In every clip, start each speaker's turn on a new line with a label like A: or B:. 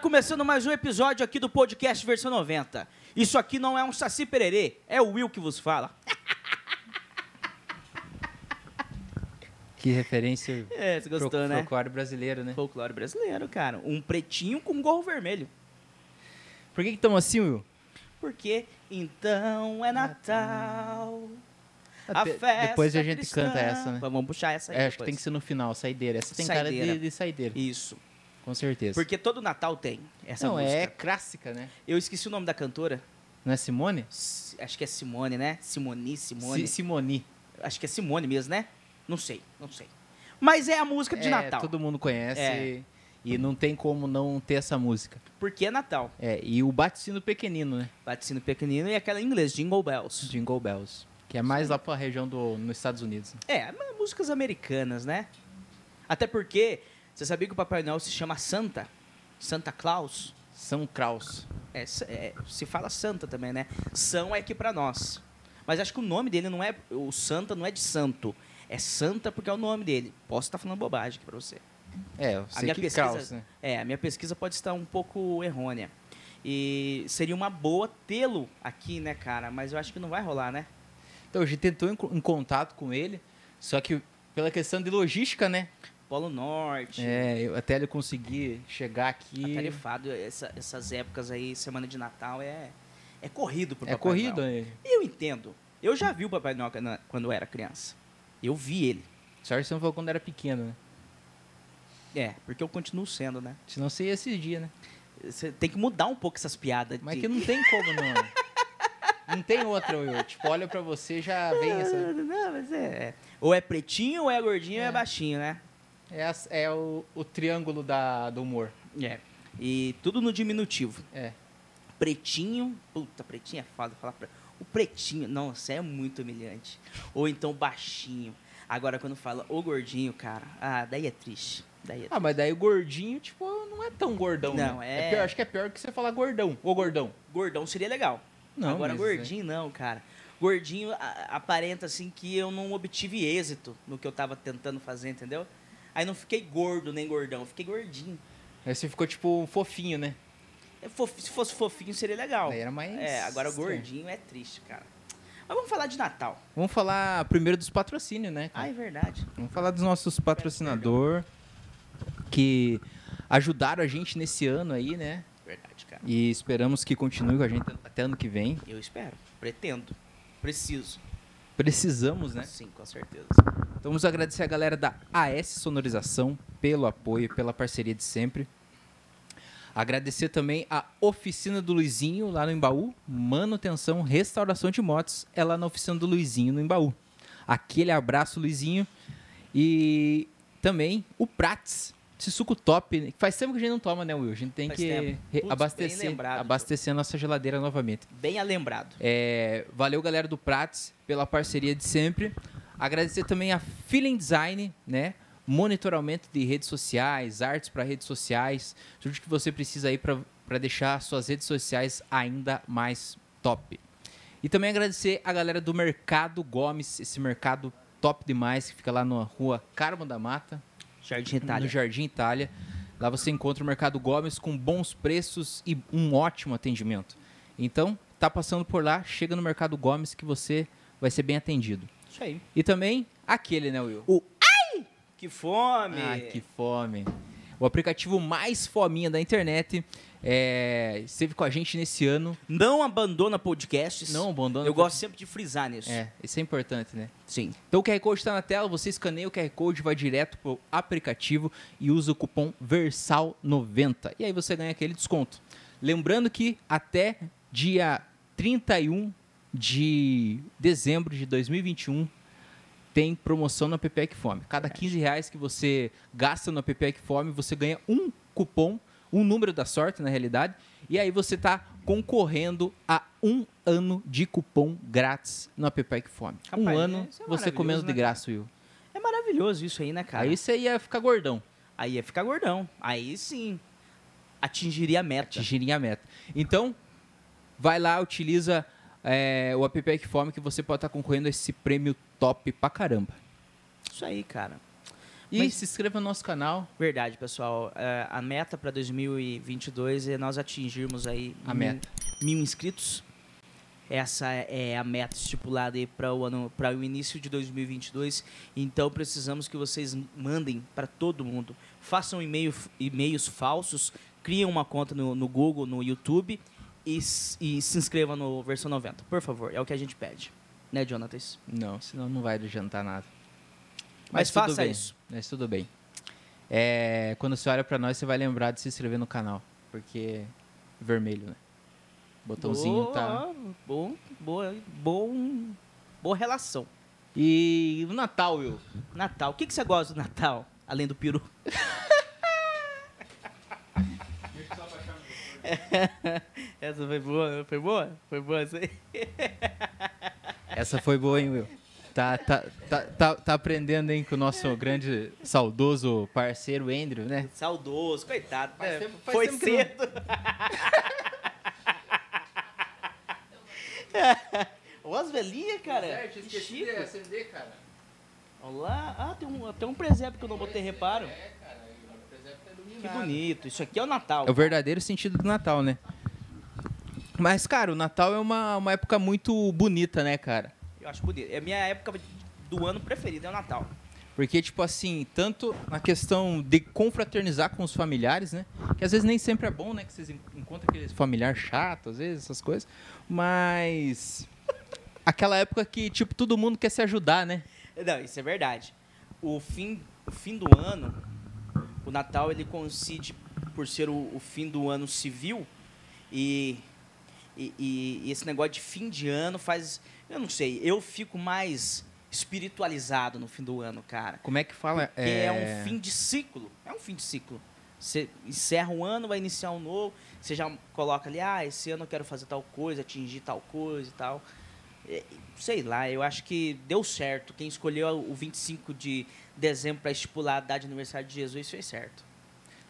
A: começando mais um episódio aqui do podcast versão 90. Isso aqui não é um saci pererê, é o Will que vos fala.
B: Que referência
A: É, você gostou,
B: pro,
A: né?
B: folclore brasileiro, né?
A: Folclore brasileiro, cara. Um pretinho com um gorro vermelho.
B: Por que que tamo assim, Will?
A: Porque então é Natal. A
B: Até-
A: festa
B: Ah, Depois a gente
A: cristã.
B: canta essa, né?
A: Vamos puxar essa aí
B: É, acho que
A: depois.
B: tem que ser no final, saideira. Essa tem cara
A: Saideira.
B: de, de saideira,
A: Isso.
B: com certeza.
A: Porque todo Natal tem essa
B: Não,
A: música.
B: é clássica, né?
A: Eu esqueci o nome da cantora.
B: Não é Simone?
A: S- Acho que é Simone, né? Simoni, Simone.
B: Si- Simone.
A: Acho que é Simone mesmo, né? Não sei, não sei. Mas é a música de
B: É,
A: Natal.
B: Todo mundo conhece
A: É.
B: e não tem como não ter essa música.
A: Porque é Natal.
B: É, e o Baticino Pequenino, né?
A: Baticino pequenino e aquela em inglês, Jingle Bells.
B: Jingle Bells. Que é mais lá pra região do, nos Estados Unidos. né?
A: É, mas músicas americanas, né? Até porque, você sabia que o Papai Noel se chama Santa? Santa Claus?
B: São Kraus.
A: É, s- é, se fala Santa também, né? São é aqui pra nós. Mas acho que o nome dele não é. O Santa não é de santo. É Santa porque é o nome dele. Posso estar falando bobagem aqui pra você.
B: É, eu
A: A
B: sei
A: minha,
B: que
A: pesquisa,
B: Kraus, né?
A: é, a minha pesquisa pode estar um pouco errônea. E seria uma boa tê-lo aqui, né, cara? Mas eu acho que não vai rolar, né?
B: Então, a gente tentou em, co- em contato com ele, só que pela questão de logística, né?
A: Polo Norte,
B: É, eu- até ele conseguir chegar aqui.
A: tarifado, essa- essas épocas aí, semana de Natal, é, é corrido pro
B: É
A: Papai
B: corrido,
A: Noel.
B: né?
A: Eu entendo. Eu já vi o Papai Noel quando- quando eu era criança. Eu vi ele.
B: Sorte que você não falou quando era pequeno, né?
A: É, porque eu continuo sendo, né?
B: Senão você ia esses dias, né?
A: Você tem que mudar um pouco essas piadas.
B: Mas
A: de-
B: que não tem como, não. né? não tem outra, Will. Tipo, olha pra você já vem essa. né?
A: Não, mas é. é. Ou é pretinho, ou é gordinho, ou é
B: É.
A: baixinho, né?
B: É, as- é o, o triângulo da, do humor.
A: É. E tudo no diminutivo.
B: É.
A: pretinho. Puta, pretinho é foda falar pra... O pretinho, nossa, é muito humilhante. Ou então baixinho. Agora, quando fala o gordinho, cara, ah, daí é triste. Daí é
B: Ah, mas daí o gordinho, tipo, não é tão gordão,
A: Não,
B: né?
A: é-
B: pior, acho que é pior que você falar gordão. Ô, gordão.
A: Gordão seria legal.
B: Não,
A: Agora,
B: mas-
A: gordinho, não, cara. Gordinho a- aparenta, assim, que eu não obtive êxito no que eu tava tentando fazer, entendeu? Aí não fiquei gordo nem gordão, eu fiquei gordinho.
B: Aí você ficou, tipo, um fofinho, né?
A: É fofi- se fosse fofinho, seria legal.
B: Daí era mais
A: É, agora
B: estranho.
A: gordinho é triste, cara. Mas vamos falar de Natal.
B: Vamos falar primeiro dos patrocínios, né? cara?
A: Ah, é verdade.
B: Vamos falar dos nossos patrocinadores que ajudaram a gente nesse ano aí, né?
A: Verdade, cara.
B: E esperamos que continue com a gente até ano que vem.
A: Eu espero, pretendo, preciso.
B: Precisamos, né?
A: Sim, com certeza.
B: Então vamos agradecer a galera da AS Sonorização pelo apoio, pela parceria de sempre. Agradecer também a Oficina do Luizinho lá no Embaú, manutenção, restauração de motos, é lá na Oficina do Luizinho no Embaú. Aquele abraço, Luizinho. E também o Prats, esse suco top, né? faz tempo que a gente não toma, né, Will? A gente tem
A: Faz
B: que
A: tempo.
B: re-
A: Putz, bem
B: abastecer,
A: lembrado,
B: abastecer a nossa geladeira novamente.
A: Bem alembrado.
B: É, valeu, galera do Prats, pela parceria de sempre. Agradecer também a Feeling Design, né? Monitoramento de redes sociais, artes para redes sociais, tudo que você precisa aí para deixar suas redes sociais ainda mais top. E também agradecer a galera do Mercado Gomes, esse mercado top demais que fica lá na rua Carmo da Mata,
A: Jardim
B: no
A: Itália.
B: Jardim Itália. Lá você encontra o Mercado Gomes com bons preços e um ótimo atendimento. Então, tá passando por lá, chega no Mercado Gomes que você vai ser bem atendido.
A: Isso aí.
B: E também aquele, né, Will?
A: Que fome!
B: Ai, Ah, que fome. O aplicativo mais fominha da internet é, esteve com a gente nesse ano.
A: Não abandona podcasts.
B: Não abandona.
A: Eu gosto sempre de frisar nisso.
B: É, isso é importante, né?
A: Sim.
B: Então o QR Code está na tela, você escaneia o QR Code, vai direto pro aplicativo e usa o cupom VERSAL90. E aí você ganha aquele desconto. Lembrando que até dia 31 de dezembro de 2021 tem promoção no App Fome. Cada 15 reais que você gasta no App Fome, você ganha um cupom, um número da sorte, na realidade, e aí você está concorrendo a um ano de cupom grátis no App Fome. um
A: Rapaz,
B: ano
A: isso é
B: você comendo
A: maravilhoso,
B: de
A: né,
B: graça, Will.
A: É maravilhoso isso aí, né, cara? Tá.
B: Aí você ia ficar gordão,
A: Aí ia ficar gordão. Aí sim. Atingiria a meta.
B: atingiria a meta. Então, vai lá, utiliza é, o App tá Fome que você pode estar concorrendo a esse prêmio top pra caramba.
A: Isso aí, cara.
B: E
A: Mas-
B: se inscreva no nosso canal.
A: Verdade, pessoal. É, a meta para 2022 é nós atingirmos aí
B: A
A: mil-
B: meta.
A: mil inscritos. Essa é a meta estipulada aí para o ano, para o início de 2022. Então precisamos que vocês mandem para todo mundo. Façam e-mail, e-mails falsos, criem uma conta no, no Google, no YouTube e, s- e se inscrevam no versão 90, por favor. É o que a gente pede, né, Jonatas?
B: Não, senão não vai adiantar nada.
A: Mas
B: tudo
A: faça
B: bem,
A: isso.
B: Mas tudo bem. É, quando você olha pra nós, você vai lembrar de se inscrever no canal. Porque é vermelho, né? Botãozinho tá.
A: Boa, Bom, boa, bom, boa relação.
B: E o Natal, Will.
A: Natal. O que, que você gosta do Natal, além do peru? Essa foi boa, né? foi boa? Foi boa essa aí?
B: Essa foi boa, hein, Will? Tá, tá, tá, tá, tá aprendendo, hein, com o nosso grande, saudoso parceiro Andrew, né?
A: Saudoso, coitado.
B: Faz
A: né?
B: tempo- faz
A: foi
B: tempo que não-
A: cedo. Ó as velhinhas, cara. Que chique.
B: acender, cara.
A: Olha lá. Ah, tem um, tem um presépio que eu não botei reparo. Que bonito. Isso aqui é o Natal.
B: É o verdadeiro sentido do Natal, né? Mas, cara, o Natal é uma, uma época muito bonita, né, cara?
A: Eu acho bonito. É a minha época do ano preferida, é o Natal.
B: Porque, tipo assim, tanto na questão de confraternizar com os familiares, né? Que às vezes nem sempre é bom, né? Que vocês en- encontram aqueles familiar chato, às vezes, essas coisas. Mas. Aquela época que, tipo, todo mundo quer se ajudar, né?
A: Não, isso é verdade. O fim, o fim do ano, o Natal, ele coincide por ser o, o fim do ano civil e, e, e- e esse negócio de fim de ano faz... Eu não sei, eu fico mais espiritualizado no fim do ano, cara.
B: Como é que fala?
A: Porque é, um fim de ciclo. É um fim de ciclo. Você encerra um ano, vai iniciar um novo. Você já coloca ali, ah, esse ano eu quero fazer tal coisa, atingir tal coisa e tal. É, Sei lá, eu acho que deu certo. Quem escolheu o 25 de dezembro para estipular a data de aniversário de Jesus fez certo.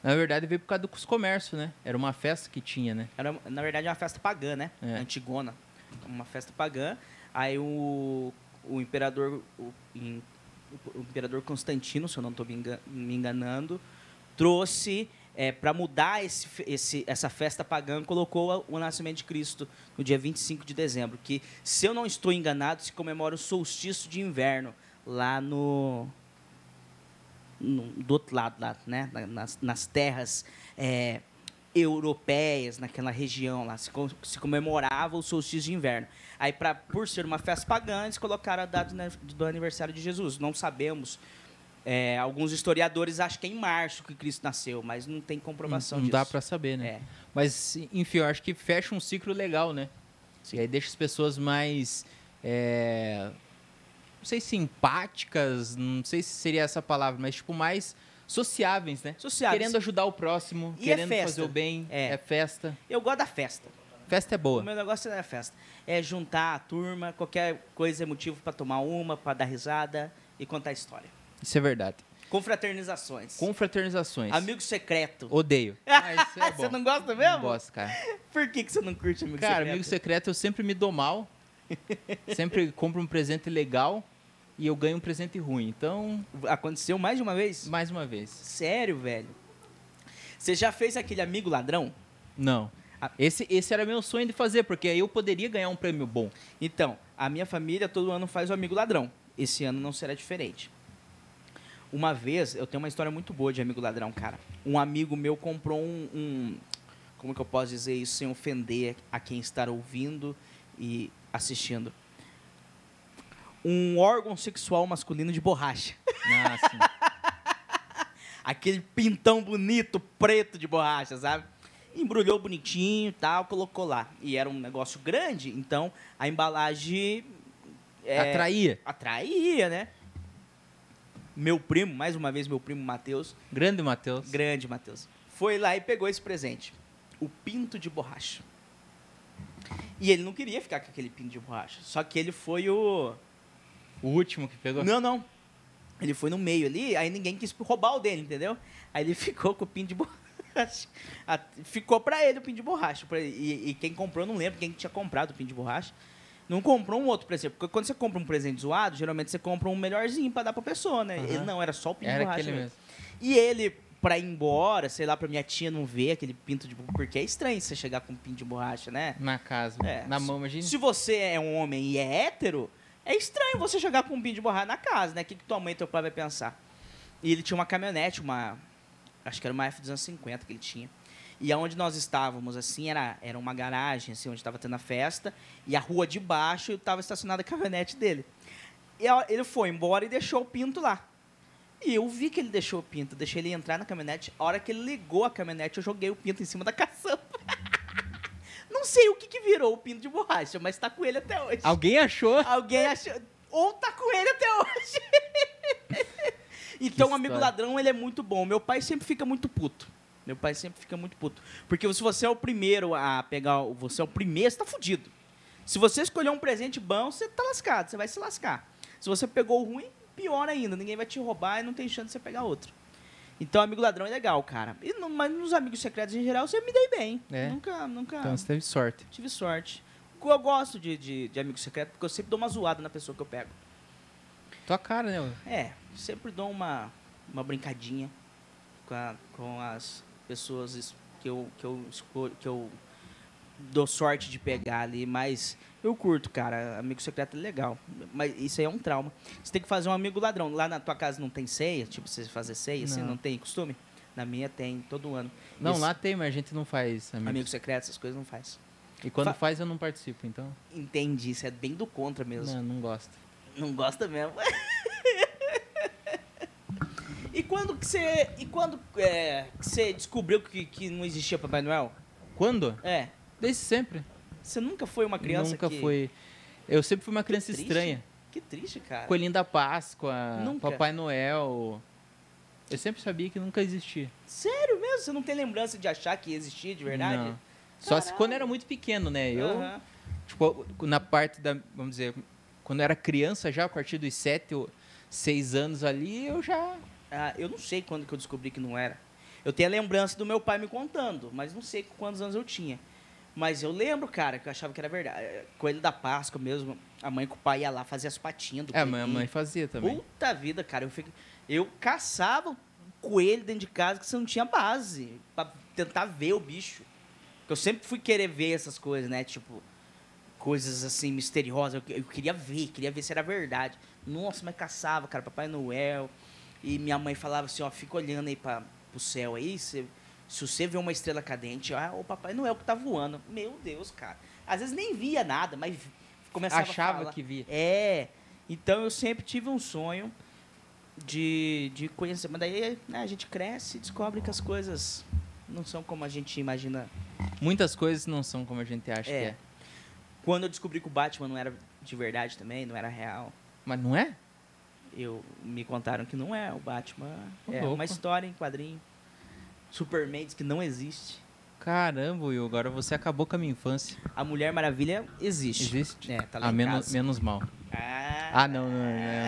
B: Na verdade, veio por causa dos comércios, né? Era uma festa que tinha, né?
A: Era, na verdade, é uma festa pagã, né?
B: É.
A: Antigona. Uma festa pagã. Aí o, o imperador. O, im- o imperador Constantino, se eu não estou me enganando, trouxe. para mudar esse, fe- esse- essa festa pagã, colocou a- o nascimento de Cristo no dia 25 de dezembro, que, se eu não estou enganado, se comemora o solstício de inverno, lá no, no- do outro lado, lá, né? Na- nas, nas terras é, europeias, naquela região lá, se, com- se comemorava o solstício de inverno. Aí, pra, por ser uma festa pagã, eles colocaram a data do aniv- do aniversário de Jesus. Não sabemos. É, alguns historiadores acham que é em março que Cristo nasceu, mas não tem comprovação
B: não
A: disso.
B: dá pra saber, né?
A: É.
B: Mas, enfim, eu acho que fecha um ciclo legal, né? E aí deixa as pessoas mais. é, Não sei se empáticas, não sei se seria essa palavra, mas tipo, mais sociáveis, né?
A: Sociáveis.
B: Querendo ajudar o próximo,
A: E é
B: querendo
A: festa.
B: fazer o bem.
A: É.
B: festa.
A: Eu gosto da festa.
B: Festa é
A: O
B: boa.
A: meu negócio é a festa. É juntar a turma, qualquer coisa é motivo pra tomar uma, pra dar risada e contar história.
B: Isso é verdade.
A: Confraternizações.
B: Confraternizações.
A: Amigo secreto.
B: Odeio. Mas é bom.
A: Ah, Você então não gosta mesmo?
B: Não gosto, cara.
A: Por que, que você não curte amigo
B: cara,
A: secreto?
B: amigo secreto eu sempre me dou mal. sempre compro um presente legal e eu ganho um presente ruim. Então,
A: Aconteceu mais de uma vez?
B: mais uma vez.
A: Sério, velho. Você já fez aquele amigo ladrão?
B: Não.
A: Ah.
B: Esse, esse era meu sonho de fazer, porque aí eu poderia ganhar um prêmio bom.
A: Então, a minha família todo ano faz o amigo ladrão. Esse ano não será diferente. Uma vez, eu tenho uma história muito boa de amigo ladrão, cara. Um amigo meu comprou um. um- como que eu posso dizer isso sem ofender a quem está ouvindo e assistindo? Um órgão sexual masculino de borracha.
B: Ah, sim.
A: aquele pintão bonito, preto de borracha, sabe? Embrulhou bonitinho e tal, colocou lá. E era um negócio grande, então a embalagem é,
B: Atraía.
A: atraía, né? Meu primo, mais uma vez meu primo Matheus,
B: Grande, Matheus.
A: grande Matheus, foi lá e pegou esse presente. O pinto de borracha. E ele não queria ficar com aquele pinto de borracha. Só que ele foi o.
B: O último que pegou.
A: Não, não. Ele foi no meio ali, aí ninguém quis roubar o dele, entendeu? Aí ele ficou com o pin de borracha. A- Ficou pra ele o pin de borracha. pra ele. E, e quem comprou, eu não lembro quem tinha comprado o pin de borracha. Não comprou um outro presente. Porque quando você compra um presente zoado, geralmente você compra um melhorzinho pra dar pra pessoa, né? Ele não, era só o pinto
B: Era
A: borracha
B: aquele
A: mesmo. E ele, pra ir embora, sei lá, pra minha tia não ver aquele pinto de borracha. Porque é estranho você chegar com um pinto de borracha, né?
B: Na casa.
A: É,
B: Na
A: se-
B: mão, imagina.
A: Se você é um homem e é hétero, é estranho você chegar com um pinto de borracha na casa, né? O que, que tua mãe e teu pai vai pensar? E ele tinha uma caminhonete, uma. Acho que era uma F250 que ele tinha. E aonde nós estávamos, assim, era, era uma garagem, assim, onde estava tendo a festa. E a rua de baixo estava estacionada a caminhonete dele. E a- ele foi embora e deixou o pinto lá. E eu vi que ele deixou o pinto, deixei ele entrar na caminhonete. A hora que ele ligou a caminhonete, eu joguei o pinto em cima da caçamba. Não sei o que, que virou o pinto de borracha, mas tá com ele até hoje.
B: Alguém achou?
A: Alguém achou. Ou tá com ele até hoje. então, o amigo
B: história.
A: ladrão, ele é muito bom. Meu pai sempre fica muito puto. Meu pai sempre fica muito puto. Porque se você é o primeiro a pegar. o- Você é o primeiro, você tá fudido. Se você escolher um presente bom, você tá lascado, você vai se lascar. Se você pegou o ruim, pior ainda. Ninguém vai te roubar e não tem chance de você pegar outro. Então, amigo ladrão é legal, cara. E no- mas nos amigos secretos em geral, você me dei bem.
B: É.
A: Nunca, nunca.
B: Então você teve sorte.
A: Tive sorte. Eu gosto de, de, de amigo secreto, porque eu sempre dou uma zoada na pessoa que eu pego.
B: Tua cara, né? mano?
A: É, sempre dou uma, uma brincadinha com, a- com as pessoas es- que eu, que, eu, escolho- que eu dou sorte de pegar ali, mas eu curto, cara. Amigo secreto é legal. Mas isso aí é um trauma. Você tem que fazer um amigo ladrão. Lá na tua casa não tem ceia? Tipo, você fazer ceia, assim,
B: Não.
A: não tem costume? Na minha tem, todo ano.
B: Não,
A: Isso,
B: lá tem, mas a gente não faz, amigo.
A: Amigo secreto, essas coisas não faz.
B: E quando
A: Fa-
B: faz, eu não participo, então. né,
A: Entendi, isso é bem do contra mesmo.
B: Não, não gosto.
A: Não gosta mesmo. e quando que você. E quando é, que você descobriu que, que não existia Papai Noel?
B: Quando?
A: É.
B: Desde sempre.
A: Você nunca foi uma criança
B: Nunca
A: que.
B: foi. Eu sempre fui uma criança
A: triste,
B: estranha.
A: Que triste, cara.
B: Coelhinho da Páscoa,
A: Nunca.
B: Papai Noel. Eu sempre sabia que nunca existia.
A: Sério mesmo? Você não tem lembrança de achar que existia de verdade?
B: Não. Só se
A: Caralho.
B: quando era muito pequeno, né? Eu,
A: Aham.
B: tipo, na parte da, vamos dizer, quando eu era criança já, a partir dos sete ou seis anos ali, eu já...
A: Ah, eu não sei quando que eu descobri que não era. Eu tenho a lembrança do meu pai me contando, mas não sei quantos anos eu tinha. Mas eu lembro, cara, que eu achava que era verdade. Coelho da Páscoa mesmo, a mãe com o pai ia lá fazer as patinhas do
B: É, a minha
A: coelhinho.
B: mãe fazia também.
A: Puta vida, cara. Eu, fico- eu caçava o coelho dentro de casa que você não tinha base pra tentar ver o bicho. Porque Eu sempre fui querer ver essas coisas, né? Tipo, coisas assim misteriosas. Eu, eu queria ver, queria ver se era verdade. Nossa, mas caçava, cara, Papai Noel. E minha mãe falava assim: ó, fica olhando aí pra, pro céu aí. Se, se você vê uma estrela cadente, ah, o Papai Noel que tá voando. Meu Deus, cara. Às vezes nem via nada, mas começava a
B: Achava
A: falar.
B: que via.
A: É. Então eu sempre tive um sonho de, de conhecer. Mas daí né, a gente cresce e descobre que as coisas não são como a gente imagina.
B: Muitas coisas não são como a gente acha
A: É.
B: que é.
A: Quando eu descobri que o Batman não era de verdade também, não era real,
B: Mas não é?
A: eu me contaram que não é. O Batman
B: Ô,
A: é
B: louco.
A: uma história em quadrinho. Superman diz que não existe.
B: Caramba, Will, agora você acabou com a minha infância.
A: A Mulher Maravilha existe.
B: Existe?
A: É, tá lá
B: Ah,
A: em
B: menos,
A: casa.
B: menos mal.
A: Ah.
B: Ah, não, não,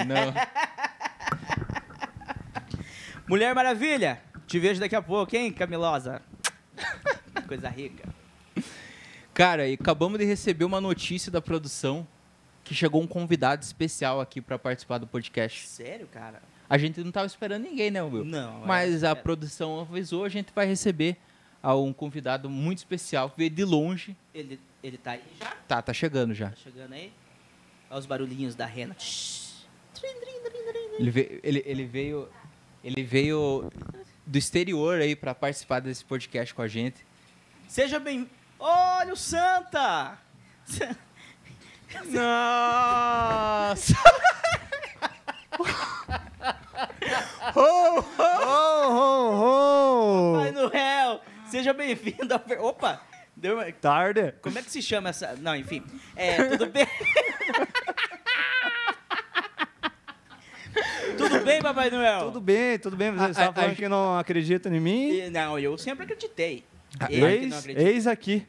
B: não, não.
A: Mulher Maravilha, te vejo daqui a pouco, hein, Camilosa? Coisa rica.
B: Cara, e acabamos de receber uma notícia da produção que chegou um convidado especial aqui pra participar do podcast.
A: Sério, cara?
B: A gente não tava esperando ninguém, né, Will?
A: Não.
B: Mas
A: é-
B: a
A: é-
B: produção avisou, a gente vai receber a um convidado muito especial, que veio de longe.
A: Ele, ele tá aí já?
B: Tá, tá chegando já.
A: Tá chegando aí? Olha os barulhinhos da rena. Shhh. Trim, trim, trim, trim.
B: Ele veio, ele, ele veio, ele veio do exterior aí pra participar desse podcast com a gente.
A: Seja bem... Olha o Santa!
B: Nossa!
C: Ho, ho,
A: Pai
C: ho!
A: Noel, seja bem-vindo ao... ver- Opa! Deu uma-
C: Tarde.
A: Como é que se chama essa... Não, enfim. É, tudo bem? tudo bem, Papai Noel?
C: Tudo bem, tudo bem. Você
B: A- a-
C: estava falando
B: a-
C: que não acredita em mim?
A: E- Não, eu sempre acreditei. Ele que não
C: Ah, Eis,
A: acredita.
C: eis aqui.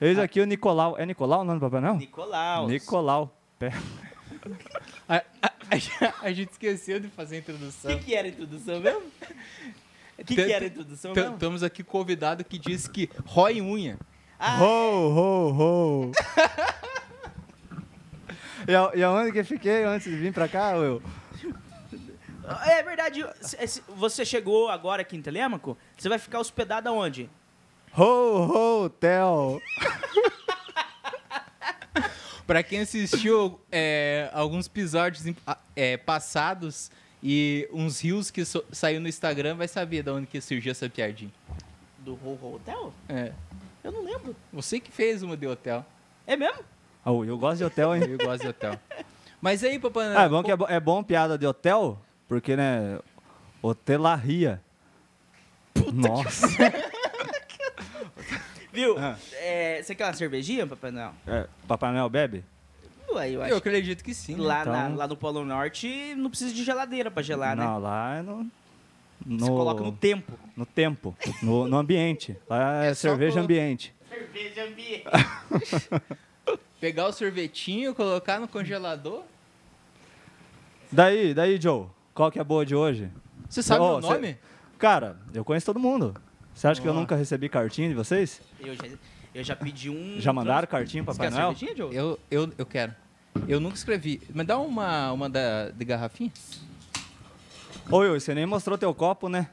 C: Eis aqui o Nicolau. É Nicolau o nome do Papai Noel?
A: Nicolau.
C: Nicolau. Pé.
B: A, a- a- a gente esqueceu de fazer a
A: O
B: introdução.
A: que, que era a introdução mesmo? O que,
B: Tanto-
A: que era a introdução mesmo?
B: Estamos aqui com o convidado que disse que rói unha.
A: Ah,
C: Ho, ho, ho! E, a- e aonde que eu fiquei antes de vir pra cá, Will?
A: É verdade. se- se Você chegou agora aqui em Telêmaco, você vai ficar hospedado aonde?
C: Ho, ho, Tel.
B: Pra quem assistiu é, alguns episódios em- a- é, passados e uns rios que so- saiu no Instagram, vai saber de onde que surgiu essa piadinha.
A: Do Ho Ho Hotel?
B: É.
A: Eu não lembro.
B: Você que fez uma de hotel.
A: É mesmo?
C: Ah, Will, eu gosto de hotel, hein?
B: Eu gosto de hotel. Mas aí, papai...
C: Ah, é bom que é, bo- é bom piada de hotel, porque, né, hotelaria. Nossa.
A: Viu?
C: Ah.
A: É, você quer uma cervejinha, Papai Noel?
C: É, Papai Noel bebe?
A: Ué, eu
B: Eu,
A: acho que
B: acredito que sim. né?
A: lá,
C: então-
A: na- lá no Polo Norte não precisa de geladeira pra gelar, né?
C: não, lá é no...
A: Você
C: no-
A: coloca no tempo.
C: No tempo, no, no ambiente. Lá é,
B: É só
C: cerveja
B: colo-
C: ambiente.
A: Cerveja ambiente.
B: Pegar o sorvetinho, colocar no congelador.
C: Daí, daí, Joe, qual que é a boa de hoje?
B: Você sabe
C: Ó,
B: o
C: cê-
B: nome?
C: Cara, eu conheço todo mundo. Você acha que eu
B: Ó.
C: nunca recebi cartinha de vocês?
A: Eu já, eu já pedi um.
C: Já mandaram cartinha pra
A: Você quer
C: Papai
A: uma
C: Noel?
A: cervejinha, Diogo?
B: Eu, eu, eu quero. Eu nunca escrevi. Me dá uma, uma da, de garrafinha?
C: Ô, Will, você nem mostrou teu copo, né?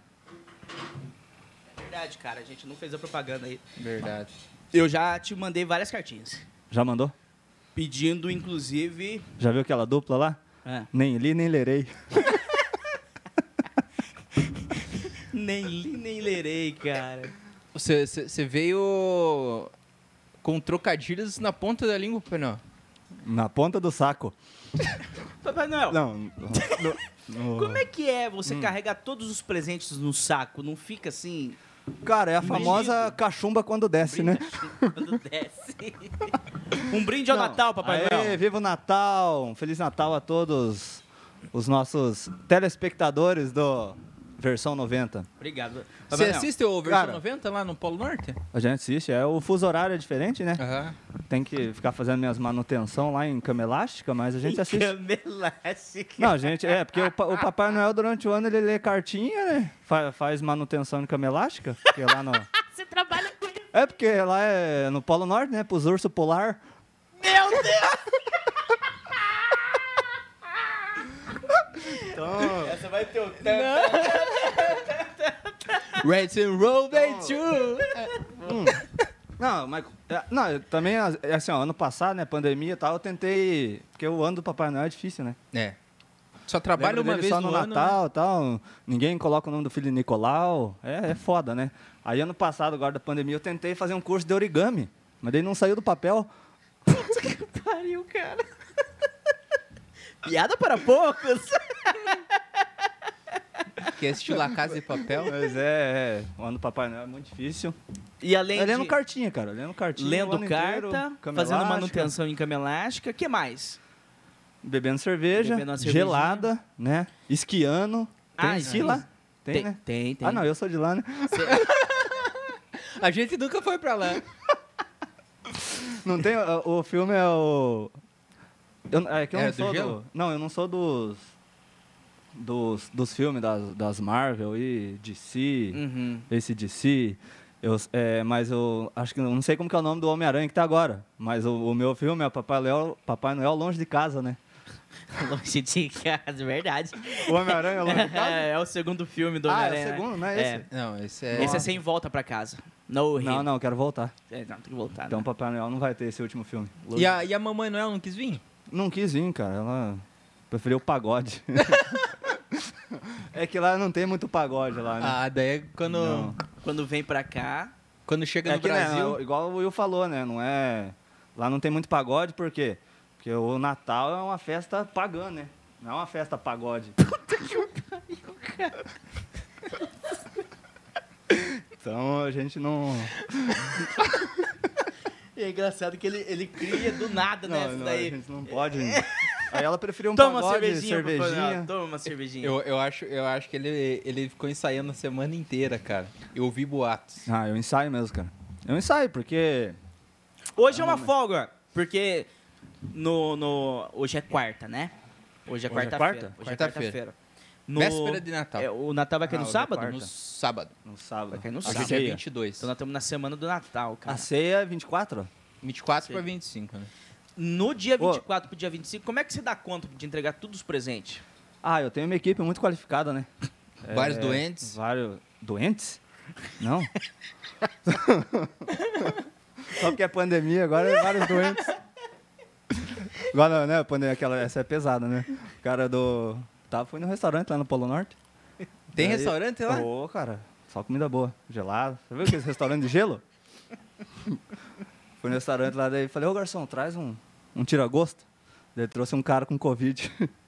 A: É Verdade, cara. A gente não fez a propaganda aí.
B: Verdade.
A: Eu já te mandei várias cartinhas.
C: Já mandou?
A: Pedindo, inclusive.
C: Já viu aquela dupla lá? Nem li, nem lerei.
A: Nem li, nem lerei, cara.
B: Você, você- você veio com trocadilhos na ponta da língua, Papai Noel.
C: Na ponta do saco.
A: Papai Noel,
C: Não. Hum. no- no-
A: como é que é você carregar todos os presentes no saco? Não fica assim.
C: Cara, é a
A: Um
C: famosa
A: brinde.
C: cachumba quando desce, né?
A: Quando desce. Um brinde ao
C: Não.
A: Natal, Papai
C: Aê,
A: Noel.
C: Viva o Natal! Um Feliz Natal a todos os nossos telespectadores do Versão 90.
A: Obrigado. Papai
B: Você
A: Noel,
B: assiste o Versão
C: Cara.
B: 90 lá no Polo Norte?
C: A gente assiste, é o fuso horário é diferente, né?
B: Aham.
C: Tem que ficar fazendo minhas manutenção lá em cama elástica, mas a gente assiste.
A: Camelástica.
C: Não, gente, é, porque o, pa- o Papai Noel durante o ano ele lê cartinha, né? Fa- faz manutenção de cama elástica, porque lá no...
A: Você trabalha com isso.
C: É porque lá é no Polo Norte, né? Pros urso polar.
A: Meu Deus! Essa vai ter o tanto.
B: Red and Roll Day 2!
C: Não, mas. é, Não, eu também, as- é assim, ó, ano passado, né? Pandemia e tal, eu tentei. Porque o ano do Papai Noel é difícil, né?
B: É. Só trabalha
C: Lembro
B: uma
C: dele
B: vez
C: só
B: no,
C: no,
B: ano, né?
C: Natal e tal. Ninguém coloca o nome do filho de Nicolau. É, é foda, né? Aí ano passado, agora da pandemia, eu tentei fazer um curso de origami. Mas daí não saiu do papel.
A: Pariu, cara. Piada para poucos.
B: né? Que assistiu La Casa de Papel.
C: Mas é, é. O ano do Papai Noel é muito difícil.
A: E além
C: Eu lendo
A: de...
C: cartinha, cara. Lendo cartinha. o
A: lendo
C: ano
A: carta,
C: inteiro, cama
A: fazendo
C: elástica,
A: manutenção em cama elástica, que mais?
C: Bebendo cerveja,
A: Bebendo uma cervejinha.
C: gelada, né? Esquiando. Tem
A: Ah,
C: esqui
A: esqui.
C: lá? Tem, né?
A: tem, tem.
C: Ah, não, eu sou de lá, né?
B: A gente nunca foi pra lá.
C: Não tem. ó, O filme é o. Eu, é que eu
B: É,
C: não
B: do
C: sou
B: gelo?
C: do, Não, eu não sou dos. Dos, dos filmes das, das Marvel e DC,
A: Uhum.
C: esse DC. Eu, é, mas eu acho que eu não sei como que é o nome do Homem-Aranha que tá agora. Mas o, o meu filme é Papai Noel, Papai Noel Longe de Casa, né?
A: Longe de casa, verdade.
C: O Homem-Aranha Longe de Casa?
A: é o segundo filme do
C: ah,
A: Homem-Aranha,
C: é o
A: né?
C: segundo, não é esse?
B: Não, esse
A: É.
B: é...
A: Esse é sem volta pra casa. No
C: Não, não, eu quero voltar.
A: É, não, tem que voltar.
C: Então
A: né?
C: Papai Noel não vai ter esse último filme.
B: E a, e a Mamãe Noel não quis vir?
C: Não quis vir, cara. Ela preferiu o pagode. é que lá não tem muito pagode lá, né?
B: Ah, daí é quando,
C: Não.
A: Quando vem pra cá,
B: quando chega
C: É
B: no
C: que, né,
B: Brasil...
C: igual o Will falou, né? Não é... Lá não tem muito pagode, por quê? Porque o Natal é uma festa pagã, né? Não é uma festa pagode. Então a gente não.
A: é engraçado que ele, ele cria do nada, né?
C: Não,
A: isso
C: não, a
A: daí. É.
C: gente não pode. Aí ela preferiu um
A: Toma uma
C: pagode,
A: cervejinha, Papai Noel,
C: cervejinha.
A: Toma uma cervejinha.
B: Eu, eu, acho, eu acho que ele, ele ficou ensaiando a semana inteira, cara. Eu ouvi boatos.
C: Ah, eu ensaio mesmo, cara. Eu ensaio, porque Ah,
A: Hoje é uma folga, porque no, no, hoje é quarta, né? Hoje é
C: Hoje é
A: quarta-feira.
C: quarta?
A: Hoje é
B: Quarta-feira.
A: quarta-feira.
B: Véspera de Natal.
A: É, o Natal vai cair
C: Ah,
A: no
C: hoje é
A: sábado?
C: quarta.
B: No
A: No s-
B: sábado.
C: No sábado.
A: Vai cair no
C: A
B: Hoje
A: sábado.
B: é dia
C: ceia.
B: 22.
A: Então nós estamos na semana do Natal,
C: A
A: cara.
C: ceia é 24?
B: 24
A: Sim.
B: pra 25, né?
A: no dia
C: Ô.
A: 24 pro dia 25, como é que você dá conta de entregar todos os presentes?
C: Ah, eu tenho uma equipe muito qualificada, né?
B: Vários doentes.
C: Vários. Doentes? Não. Só porque é pandemia, agora é vários doentes. Agora, né, a pandemia, aquela, essa é pesada, né? O cara do. Tá, fui no restaurante lá no Polo Norte.
B: Tem
C: Daí-
B: restaurante lá?
C: Ô, cara, só comida boa, gelado. Você viu aquele restaurante de gelo? Fui no restaurante lá, daí falei, ô garçom, traz um, um tira-gosto. Daí trouxe um cara com Covid.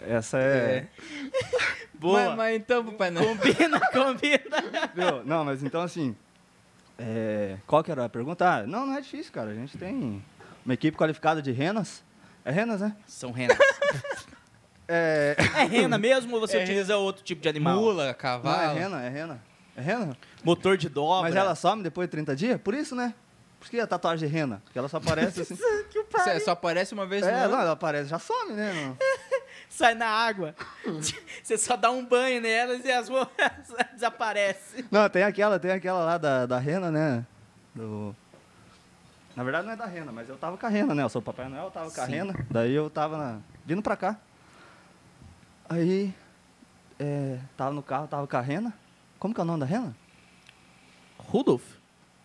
C: Essa é.
B: Mas, mas então, papai, não.
A: Combina, combina.
C: Meu, não, mas então assim. é, qual que era a pergunta? Ah, não, não é difícil, cara. A gente tem uma equipe qualificada de renas. É renas, né?
A: São renas.
C: É.
A: É rena mesmo ou você
B: É
A: utiliza outro tipo de animal?
B: Mula,
C: Não, é
B: cavalo.
C: rena, é rena. É rena?
A: Motor de dobra.
C: Mas ela some depois de 30 dias? Por isso, né? Por isso que a tatuagem de rena. Porque ela só aparece assim.
B: Só- só aparece uma vez no
C: é,
B: ano.
C: não, ela aparece, já some, né? Não.
A: sai na água.
C: Hum.
A: você só dá um banho nelas e as moças desaparecem.
C: Não, tem aquela, tem aquela lá da, da rena, né? Do... Na verdade não é da rena, mas eu tava com a rena, né? Eu sou o Papai Noel, eu tava com a
A: Sim.
C: rena. Daí eu tava na- vindo pra cá. Aí, é, tava no carro, tava com a rena. Como que é o nome da rena?
A: Rudolf?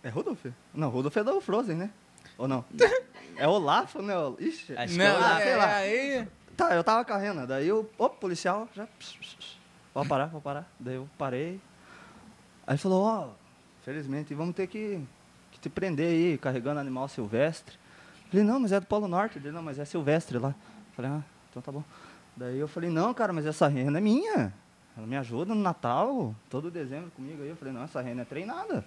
C: É Rudolf? Não, Rudolf é do Frozen, né? Ou não? é Olaf, né? Ixi,
A: Acho que
B: Não,
C: Ah,
B: é,
C: sei lá.
B: aí.
C: Tá, eu tava com a Rena, daí eu, ô, policial, já, pss, pss, pss, vou parar, vou parar. Daí eu parei. Aí ele falou, ó, felizmente, vamos ter que, que te prender aí, carregando animal silvestre. Eu Falei, não, mas é do Polo Norte. Ele, não, mas é silvestre lá. Eu Falei, ah, então tá bom. Daí eu falei, não, cara, mas essa rena é minha. Ela me ajuda no Natal, todo dezembro comigo aí. Eu falei, não, essa rena é treinada.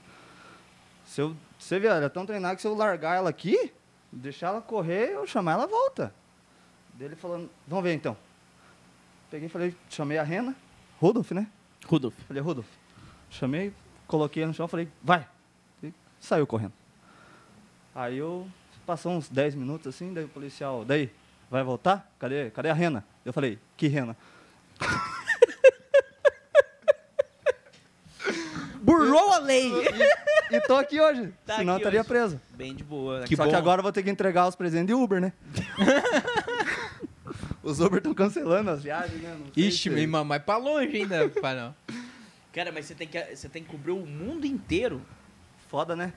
C: Se eu, você vê, ela é tão treinada que se eu largar ela aqui, deixar ela correr, eu chamar ela volta. Daí ele falou, vamos ver então. Peguei e falei, chamei a Rena, Rudolf, né?
A: Rudolf.
C: Falei, Rudolf. Chamei, coloquei ela no chão, falei, vai. E saiu correndo. Aí eu, passou uns 10 minutos assim, daí o policial, daí, vai voltar? Cadê, cadê a Rena? Eu falei, que Rena?
A: Burlou a lei.
C: E, e tô aqui hoje,
A: Tá
C: senão
A: aqui
C: eu estaria
A: hoje.
C: preso.
A: Bem de boa. né?
B: Que
C: Só
B: bom.
C: que agora eu vou ter que entregar os presentes de Uber, né? os Uber estão cancelando as viagens, né? Não sei
B: Ixi,
C: se-
B: meu irmão, mas pra longe ainda, papai, não.
A: Cara, mas você tem, que, você tem que cobrir o mundo inteiro.
C: Foda, né?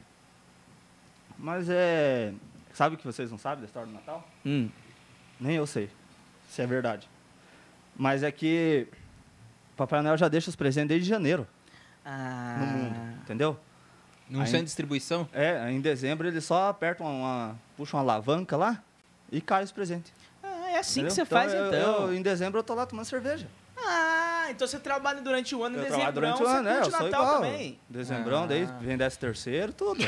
C: Mas é. Sabe o que vocês não sabem da história do Natal?
A: Hum.
C: Nem eu sei se é verdade. Mas é que Papai Noel já deixa os presentes desde janeiro
A: Ah.
C: no mundo, entendeu?
B: Não
C: Aí-
B: sendo distribuição?
C: É, em dezembro ele só aperta uma, uma- puxa uma alavanca lá e cai os presentes.
A: Ah, é assim que
C: entendeu?
A: você faz,
C: eu-
A: então.
C: eu, em dezembro eu tô lá tomando cerveja.
A: Ah, então você trabalha durante o ano
C: Eu
A: e
C: trabalho
A: dezembrão,
C: durante o
A: você
C: ano, né? Eu
A: curte
C: sou
A: Natal
C: igual.
A: também.
C: Dezembrão, daí
B: Ah.
C: vem décimo terceiro, tudo.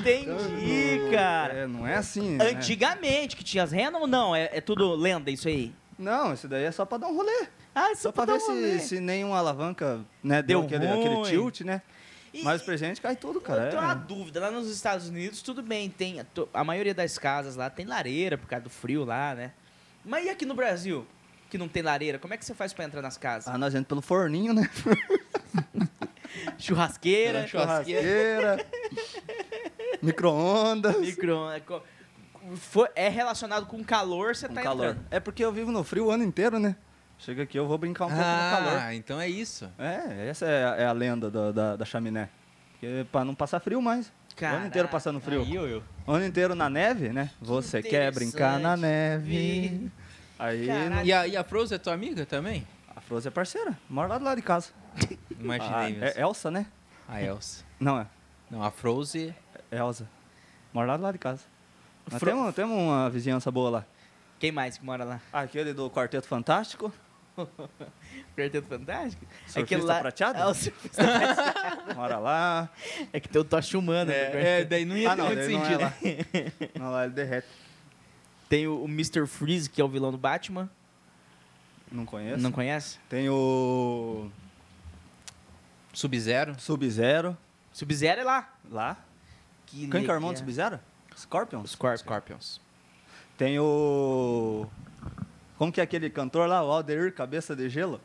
A: Entendi, cara.
C: É, não é assim, né?
A: Antigamente que tinha as renas ou não? É, é tudo lenda isso aí?
C: Não, isso daí é só pra dar um rolê.
A: Ah,
C: Só pra ver se, se nenhuma alavanca né, deu,
A: Deu
C: aquele,
A: ruim.
C: aquele tilt, né?
A: E-
C: Mas o presente cai tudo, cara.
A: Eu tenho uma
C: É.
A: dúvida. Lá nos Estados Unidos, tudo bem, tem. a to- A maioria das casas lá tem lareira por causa do frio lá, né? Mas e aqui no Brasil, que não tem lareira, como é que você faz pra entrar nas casas?
C: Ah, nós entramos pelo forninho, né? Ah.
A: Churrasqueira,
C: Churrasqueira, micro-ondas,
A: micro. é co- foi- É relacionado com calor, você
C: com
A: tá
C: calor.
A: entrando.
C: É porque eu vivo no frio o ano inteiro, né? Chega aqui, eu vou brincar um pouco no calor.
B: Ah, então é isso.
C: É, essa é a, é a lenda da, da, da chaminé. Porque pra não passar frio mais. O
A: Caraca.
C: ano inteiro passando frio.
B: Aí, eu, eu.
C: O ano inteiro na neve, né? Você quer brincar na neve. Aí
A: Caraca.
B: E a, e a Frozen é tua amiga também?
C: a Frozen é parceira. Mora lá do lado de casa. Ah,
B: Imaginei mesmo.
C: é Elsa, né?
B: A Elsa.
C: Não, é.
B: Não, a é Frozen.
C: Elza. Mora lá do lado de casa. Nós
A: Fro-
C: temos, temos uma vizinhança boa lá.
A: Quem mais que mora lá?
C: Aquele é do Quarteto Fantástico.
A: Quarteto Fantástico?
C: Surfista
A: Aquele
C: prateado?
A: É, o surfista prateado.
C: Mora lá.
A: É que tem o tocha humana. né, Quarteto?
B: É, daí não ia
C: Ah,
B: ter
C: não,
B: muito
C: daí não é
B: sentido.
C: lá. Não, lá ele derrete.
A: Tem o, o Mr. Freeze, que é o vilão do Batman.
C: Não conheço.
A: Não conhece?
C: Tem o
B: é. Sub-Zero?
C: Sub-Zero
A: Sub-Zero é lá.
C: lá.
A: Que
C: Quem que é o irmão
A: legal.
C: do Sub-Zero? Scorpion.
A: Scorpion.
B: Scorpions.
C: Tem o... Como que é aquele cantor lá? O Aldeir Cabeça de Gelo?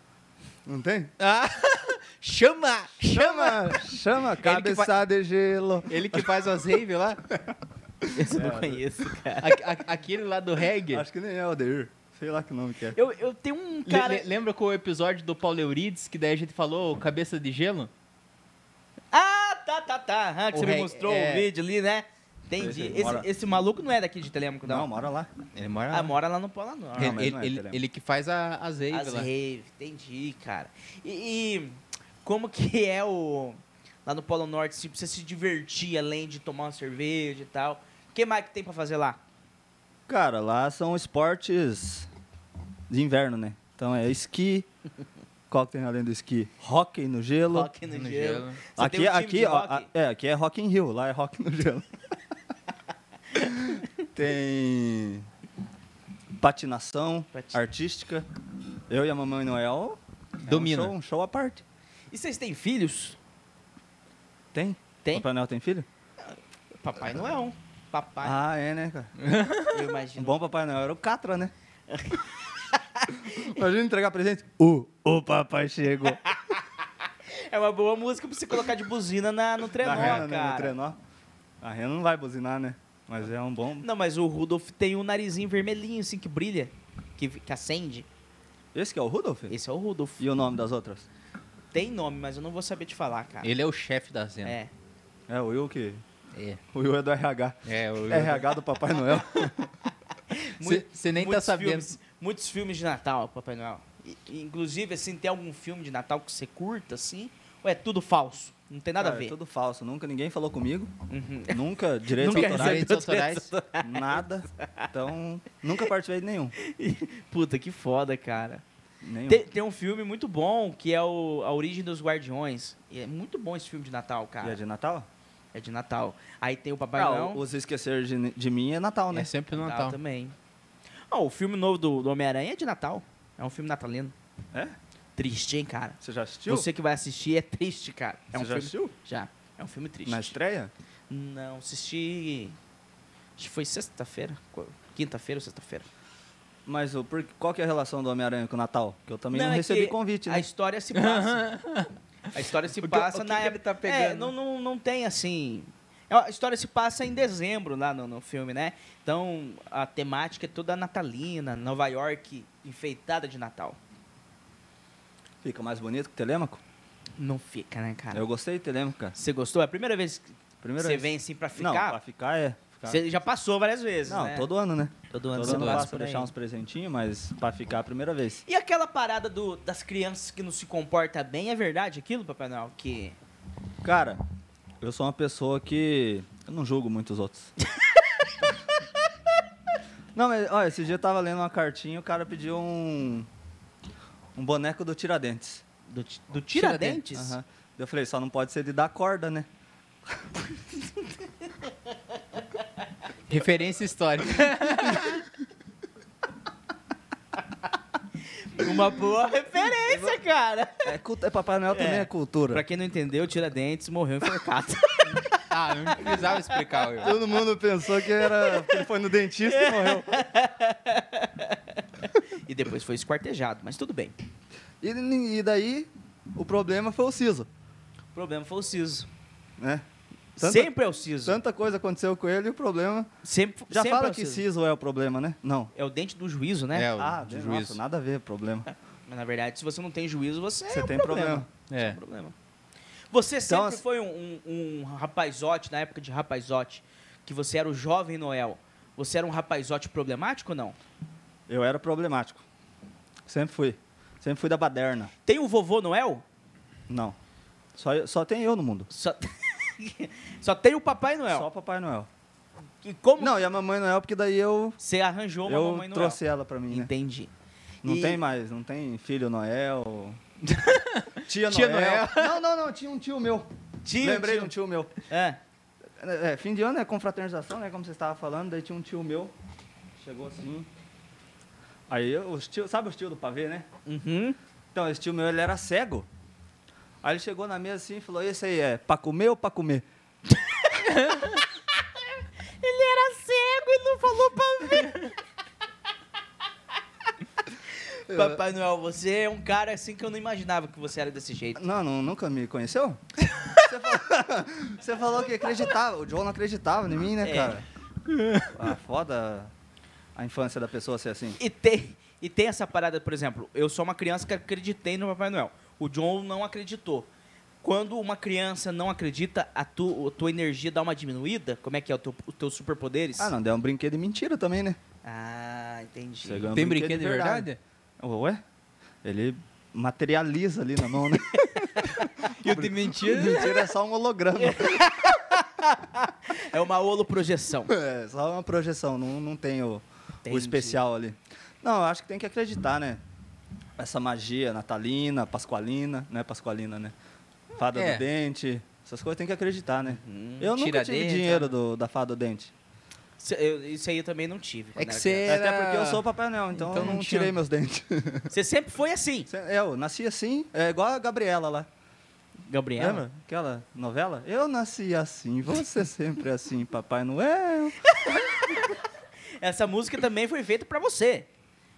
C: Não tem?
B: Ah, Chama! Chama!
C: Chama, chama,
B: que
C: cabeça de gelo.
B: Ele que faz as raves lá.
A: Esse eu não conheço, cara.
B: A- a- aquele lá do reggae.
C: Acho que nem é o Deir. Sei lá que nome que é.
A: Eu, eu tenho um
B: Le-
A: cara.
B: le- lembra com o episódio do Paulo Eurides, que daí a gente falou cabeça de gelo?
A: Ah, tá, tá, tá. Aham, que
B: O
A: você me
B: reg-
A: mostrou
B: é.
A: o vídeo ali, né? Entendi.
C: Esse aí,
A: Esse,
C: mora-
A: esse maluco não é daqui de Telemaco, não.
C: Não, mora lá.
B: Ele mora
A: Ah, mora lá no Polo Norte.
B: ele,
C: Não, mas
B: ele,
C: não é Telemaco.
B: ele que faz a, as raves
A: As
B: lá.
A: rave, entendi, cara. E, e como que é o. Lá no Polo Norte, assim, pra você se divertir além de tomar uma cerveja e tal. O que mais que tem pra fazer lá?
C: Cara, lá são esportes de inverno, né? Então é esqui. Qual que tem além do esqui? Hockey no gelo.
A: Rock no,
B: No
A: gelo.
B: gelo.
A: Você tem um time de
C: Aqui, aqui, ó,
A: rock?
C: a- é, aqui é Rock in Rio, lá é Rock no Gelo. Tem patinação
A: Pati-
C: artística. Eu e a Mamãe Noel é
B: Domina.
C: Um show, um show à parte.
A: E vocês têm filhos?
C: Tem?
A: Tem?
C: Papai Noel tem filho?
A: Papai não é um. Papai, Hum.
C: Ah, é, né, cara?
A: eu
C: Um
A: imagino.
C: bom Papai Noel era o Catra, né? Imagina entregar presente. O, o papai chegou.
A: É uma boa música pra você colocar de buzina na, no trenó,
C: Na rena, né? No
A: cara.
C: trenó. A rena não vai buzinar, né? Mas é um bom.
A: Não, mas o Rudolf tem um narizinho vermelhinho, assim, que brilha, que, que acende.
C: Esse que é o Rudolf?
A: Esse é o Rudolf.
C: E o nome das outras?
A: Tem nome, mas eu não vou saber te falar, cara.
B: Ele é o chefe da cena.
A: É.
C: É o Will que.
B: É.
C: O Will é do RH.
B: É, o-
C: RH do Papai Noel.
B: Cê- cê nem tá
A: muitos
B: sabendo.
A: filmes- muitos filmes de Natal, Papai Noel. E- e, inclusive, assim, tem algum filme de Natal que você curta, assim? Ou é tudo falso? Não tem nada
C: Cara,
A: a ver.
C: É tudo falso. Nunca ninguém falou comigo.
A: Uhum.
C: Nunca direitos
A: Nunca
C: autorais.
B: direitos autorais.
C: Nada. Então, nunca participei de nenhum.
A: Puta, que foda, cara.
C: Nenhum.
A: Tem, tem um filme muito bom que é o A Origem dos Guardiões. E é muito bom esse filme de Natal,
C: E
A: cara.
C: é de Natal?
A: É de Natal. Aí tem o Papai
C: Ah,
A: Noel.
C: Os esquecer de, de mim é Natal, né?
B: É sempre no
A: Natal
B: Natal.
A: também. Ah, o filme novo do, do Homem-Aranha é de Natal. É um filme natalino.
C: É?
A: Triste, hein, cara?
C: Você já assistiu?
A: Você que vai assistir é triste, cara. É
C: Você
A: um
C: já
A: filme...
C: assistiu?
A: Já. É um filme triste.
C: Na estreia?
A: Não, assisti. Acho que foi sexta-feira. qu- Quinta-feira ou sexta-feira.
C: Mas o, por, qual que é a relação do Homem-Aranha com o Natal? Que eu também não,
A: é
C: recebi
A: que
C: convite, né?
A: A história se passa. a história se
B: O que-
A: passa
B: o que
A: na
B: que ele
A: época.
B: tá
A: É,
B: pegando?
A: não, não, não tem assim. É, A história se passa em dezembro lá no, no filme, né? Então a temática é toda natalina, Nova York enfeitada de Natal.
C: Fica mais bonito que o Telêmaco?
A: Não fica, né, cara?
C: Eu gostei do Telêmaco, cara.
A: Você gostou? É a primeira vez que
C: Primeira
A: você
C: vez.
A: vem assim pra
C: Não,
A: ficar?
C: pra ficar é... ficar-
A: Você já passou várias vezes,
C: Não,
A: né?
C: todo ano, né?
A: Todo
C: Todo
A: ano
C: ano,
A: você
C: eu
A: passa
C: passo pra
A: por aí.
C: deixar uns presentinhos, mas pra ficar é a primeira vez.
A: E aquela parada do, das crianças que não se comporta bem, é verdade aquilo, Papai Noel? Que
C: Cara, eu sou uma pessoa que. Eu não julgo muito os outros. não, mas, olha, esse dia eu tava lendo uma cartinha e o cara pediu um. Um boneco do Tiradentes.
A: do, ti- do Tiradentes?
C: Aham. Daí Eu falei, só não pode ser de dar corda, né?
B: Referência histórica.
A: Uma boa referência, cara.
C: É, cultu- é Papai Noel também
A: É.
C: é cultura.
A: Pra quem não entendeu, Tiradentes morreu enforcado.
B: ah, eu não precisava explicar, Will.
C: Todo mundo pensou que era. que ele foi no dentista e morreu.
A: e depois foi esquartejado, mas tudo bem.
C: E, ni- e daí, o problema foi o siso,
A: O problema foi o Siso.
C: né? Tanta-
A: sempre é o Siso.
C: Tanta coisa aconteceu com ele e o problema.
A: Sempre,
C: Já
A: sempre é
C: fala
A: o
C: que
A: siso.
C: siso é o problema, né? Não.
A: É o dente do juízo, né?
B: É, o
C: ah,
B: de
C: nossa,
B: juízo.
C: nada a ver, problema.
A: Mas, na verdade, se você não tem juízo, você,
C: Você
A: é um
C: tem
A: problema.
C: problema.
A: É.
B: É.
A: um problema. Você sempre
C: assim-
A: foi um, um, um rapazote, na época de rapazote, que você era o jovem Noel. Você era um rapazote problemático ou não?
C: Eu era problemático. Sempre fui. Sempre fui da baderna.
A: Tem o vovô Noel?
C: Não. Só, eu- só tem eu no mundo.
A: Só, Só tem o Papai Noel.
C: Só o Papai Noel.
A: E como
C: Não, e a Mamãe Noel, porque daí eu,
A: você arranjou uma
C: eu
A: mamãe Noel?
C: trouxe ela pra mim, né?
A: Entendi.
C: Não
A: E-
C: tem mais, não tem filho Noel. tia
B: Tia
C: Noel. não, não, não, tinha um tio meu.
A: Tio,
C: Lembrei
A: tio.
C: de um tio meu.
A: É.
C: É, é, fim de ano é confraternização, né? Como você estava falando, daí tinha um tio meu. Chegou assim. Aí eu- os tio, sabe os tio do pavê, né?
A: Uhum.
C: Então, esse tio meu, ele era cego. Aí ele chegou na mesa assim e falou, esse aí é pra comer ou pra comer?
A: Ele era cego e não falou pra ver.
C: É.
A: Papai Noel, você é um cara assim que eu não imaginava que você era desse jeito.
C: Não, não, nunca me conheceu? Você falou, você falou que acreditava, o John não acreditava em mim, né,
A: É.
C: cara? Ah, foda a infância da pessoa ser assim.
A: E tem, e tem essa parada, por exemplo, eu sou uma criança que acreditei no Papai Noel. O John não acreditou. Quando uma criança não acredita, a, tu, a tua energia dá uma diminuída? Como é que é o teu, os teus superpoderes?
C: Ah, não, deu um brinquedo de mentira também, né?
A: Ah, entendi.
C: Você ganha um
B: Tem brinquedo de verdade?
C: Ué? Ele materializa ali na mão, né?
B: E o de mentira?
C: mentira é só um holograma.
A: É uma holoprojeção.
C: É, só uma projeção, não, não tem o,
A: Entendi.
C: o especial ali. Não, eu acho que tem que acreditar, né? Essa magia natalina, pasqualina, não é pasqualina, né? Fada
B: É. Uhum.
C: do dente, essas coisas tem que acreditar, né? eu nunca
B: Tira
C: tive
B: dente,
C: dinheiro
B: né?
C: do, da fada do dente.
A: Se- eu- Isso aí eu também não tive. quando
C: É
B: que
A: era
B: cê-
A: criança.
B: Era-
C: Até porque eu sou o Papai Noel, então,
B: Então
C: eu
B: não
C: não
B: tinha-
C: tirei meus dentes.
A: Você sempre foi assim,
C: eu nasci assim, é igual a Gabriela lá.
A: Gabriela.
C: Lembra? Aquela novela? Eu nasci assim, você sempre assim, Papai Noel.
A: Essa música também foi feita pra você.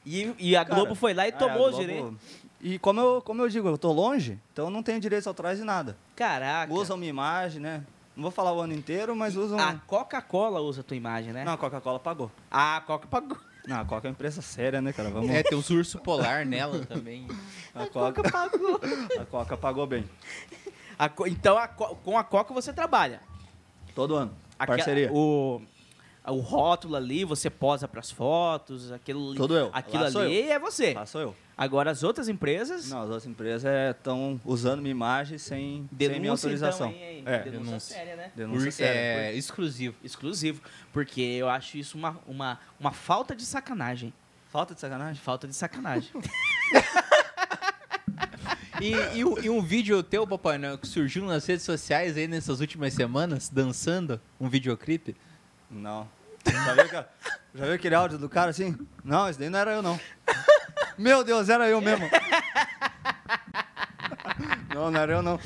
A: E, e a
C: Cara,
A: Globo foi lá e
C: é, a
A: tomou o
C: Globo-
A: direito.
C: E como eu, como eu digo, eu tô longe, então eu não tenho direitos autorais de nada.
A: Caraca.
C: Usam minha imagem, né? Não vou falar o ano inteiro, mas usam.
A: A Coca-Cola usa a tua imagem, né?
C: um- Não, a Coca-Cola pagou.
A: Ah, A Coca pagou.
C: Não, a Coca é uma empresa séria, né, cara? Vamos.
B: É, tem os urso polar nela também.
C: a, Coca...
A: pagou.
C: a Coca pagou bem.
A: A Co- então, a Co- com a Coca você trabalha.
C: Todo ano.
A: Aquela-
C: Parceria.
A: O, o rótulo ali, você posa pras fotos, aquilo, ali-
C: Todo eu.
A: aquilo
C: Lá sou
A: ali é você.
C: Ah, sou eu.
A: Agora, as outras empresas...
C: Não, as outras empresas estão usando minha imagem sem, sem minha
A: Denúncia,
C: autorização.
A: então, hein?
C: É,
A: denúncia,
B: denúncia.
A: séria, né?
C: denúncia
B: Ur-
C: séria.
B: é, exclusivo.
A: Exclusivo. Porque eu acho isso uma, uma, uma falta de sacanagem.
C: Falta de sacanagem?
A: Falta de sacanagem.
B: E, e o- e um vídeo teu, Papai Noel, que surgiu nas redes sociais aí nessas últimas semanas, dançando um videoclipe.
C: Não. Já viu, aquela- já viu aquele áudio do cara assim? Não, esse daí não era eu, não. Meu Deus, era eu mesmo. Não, não era eu, não.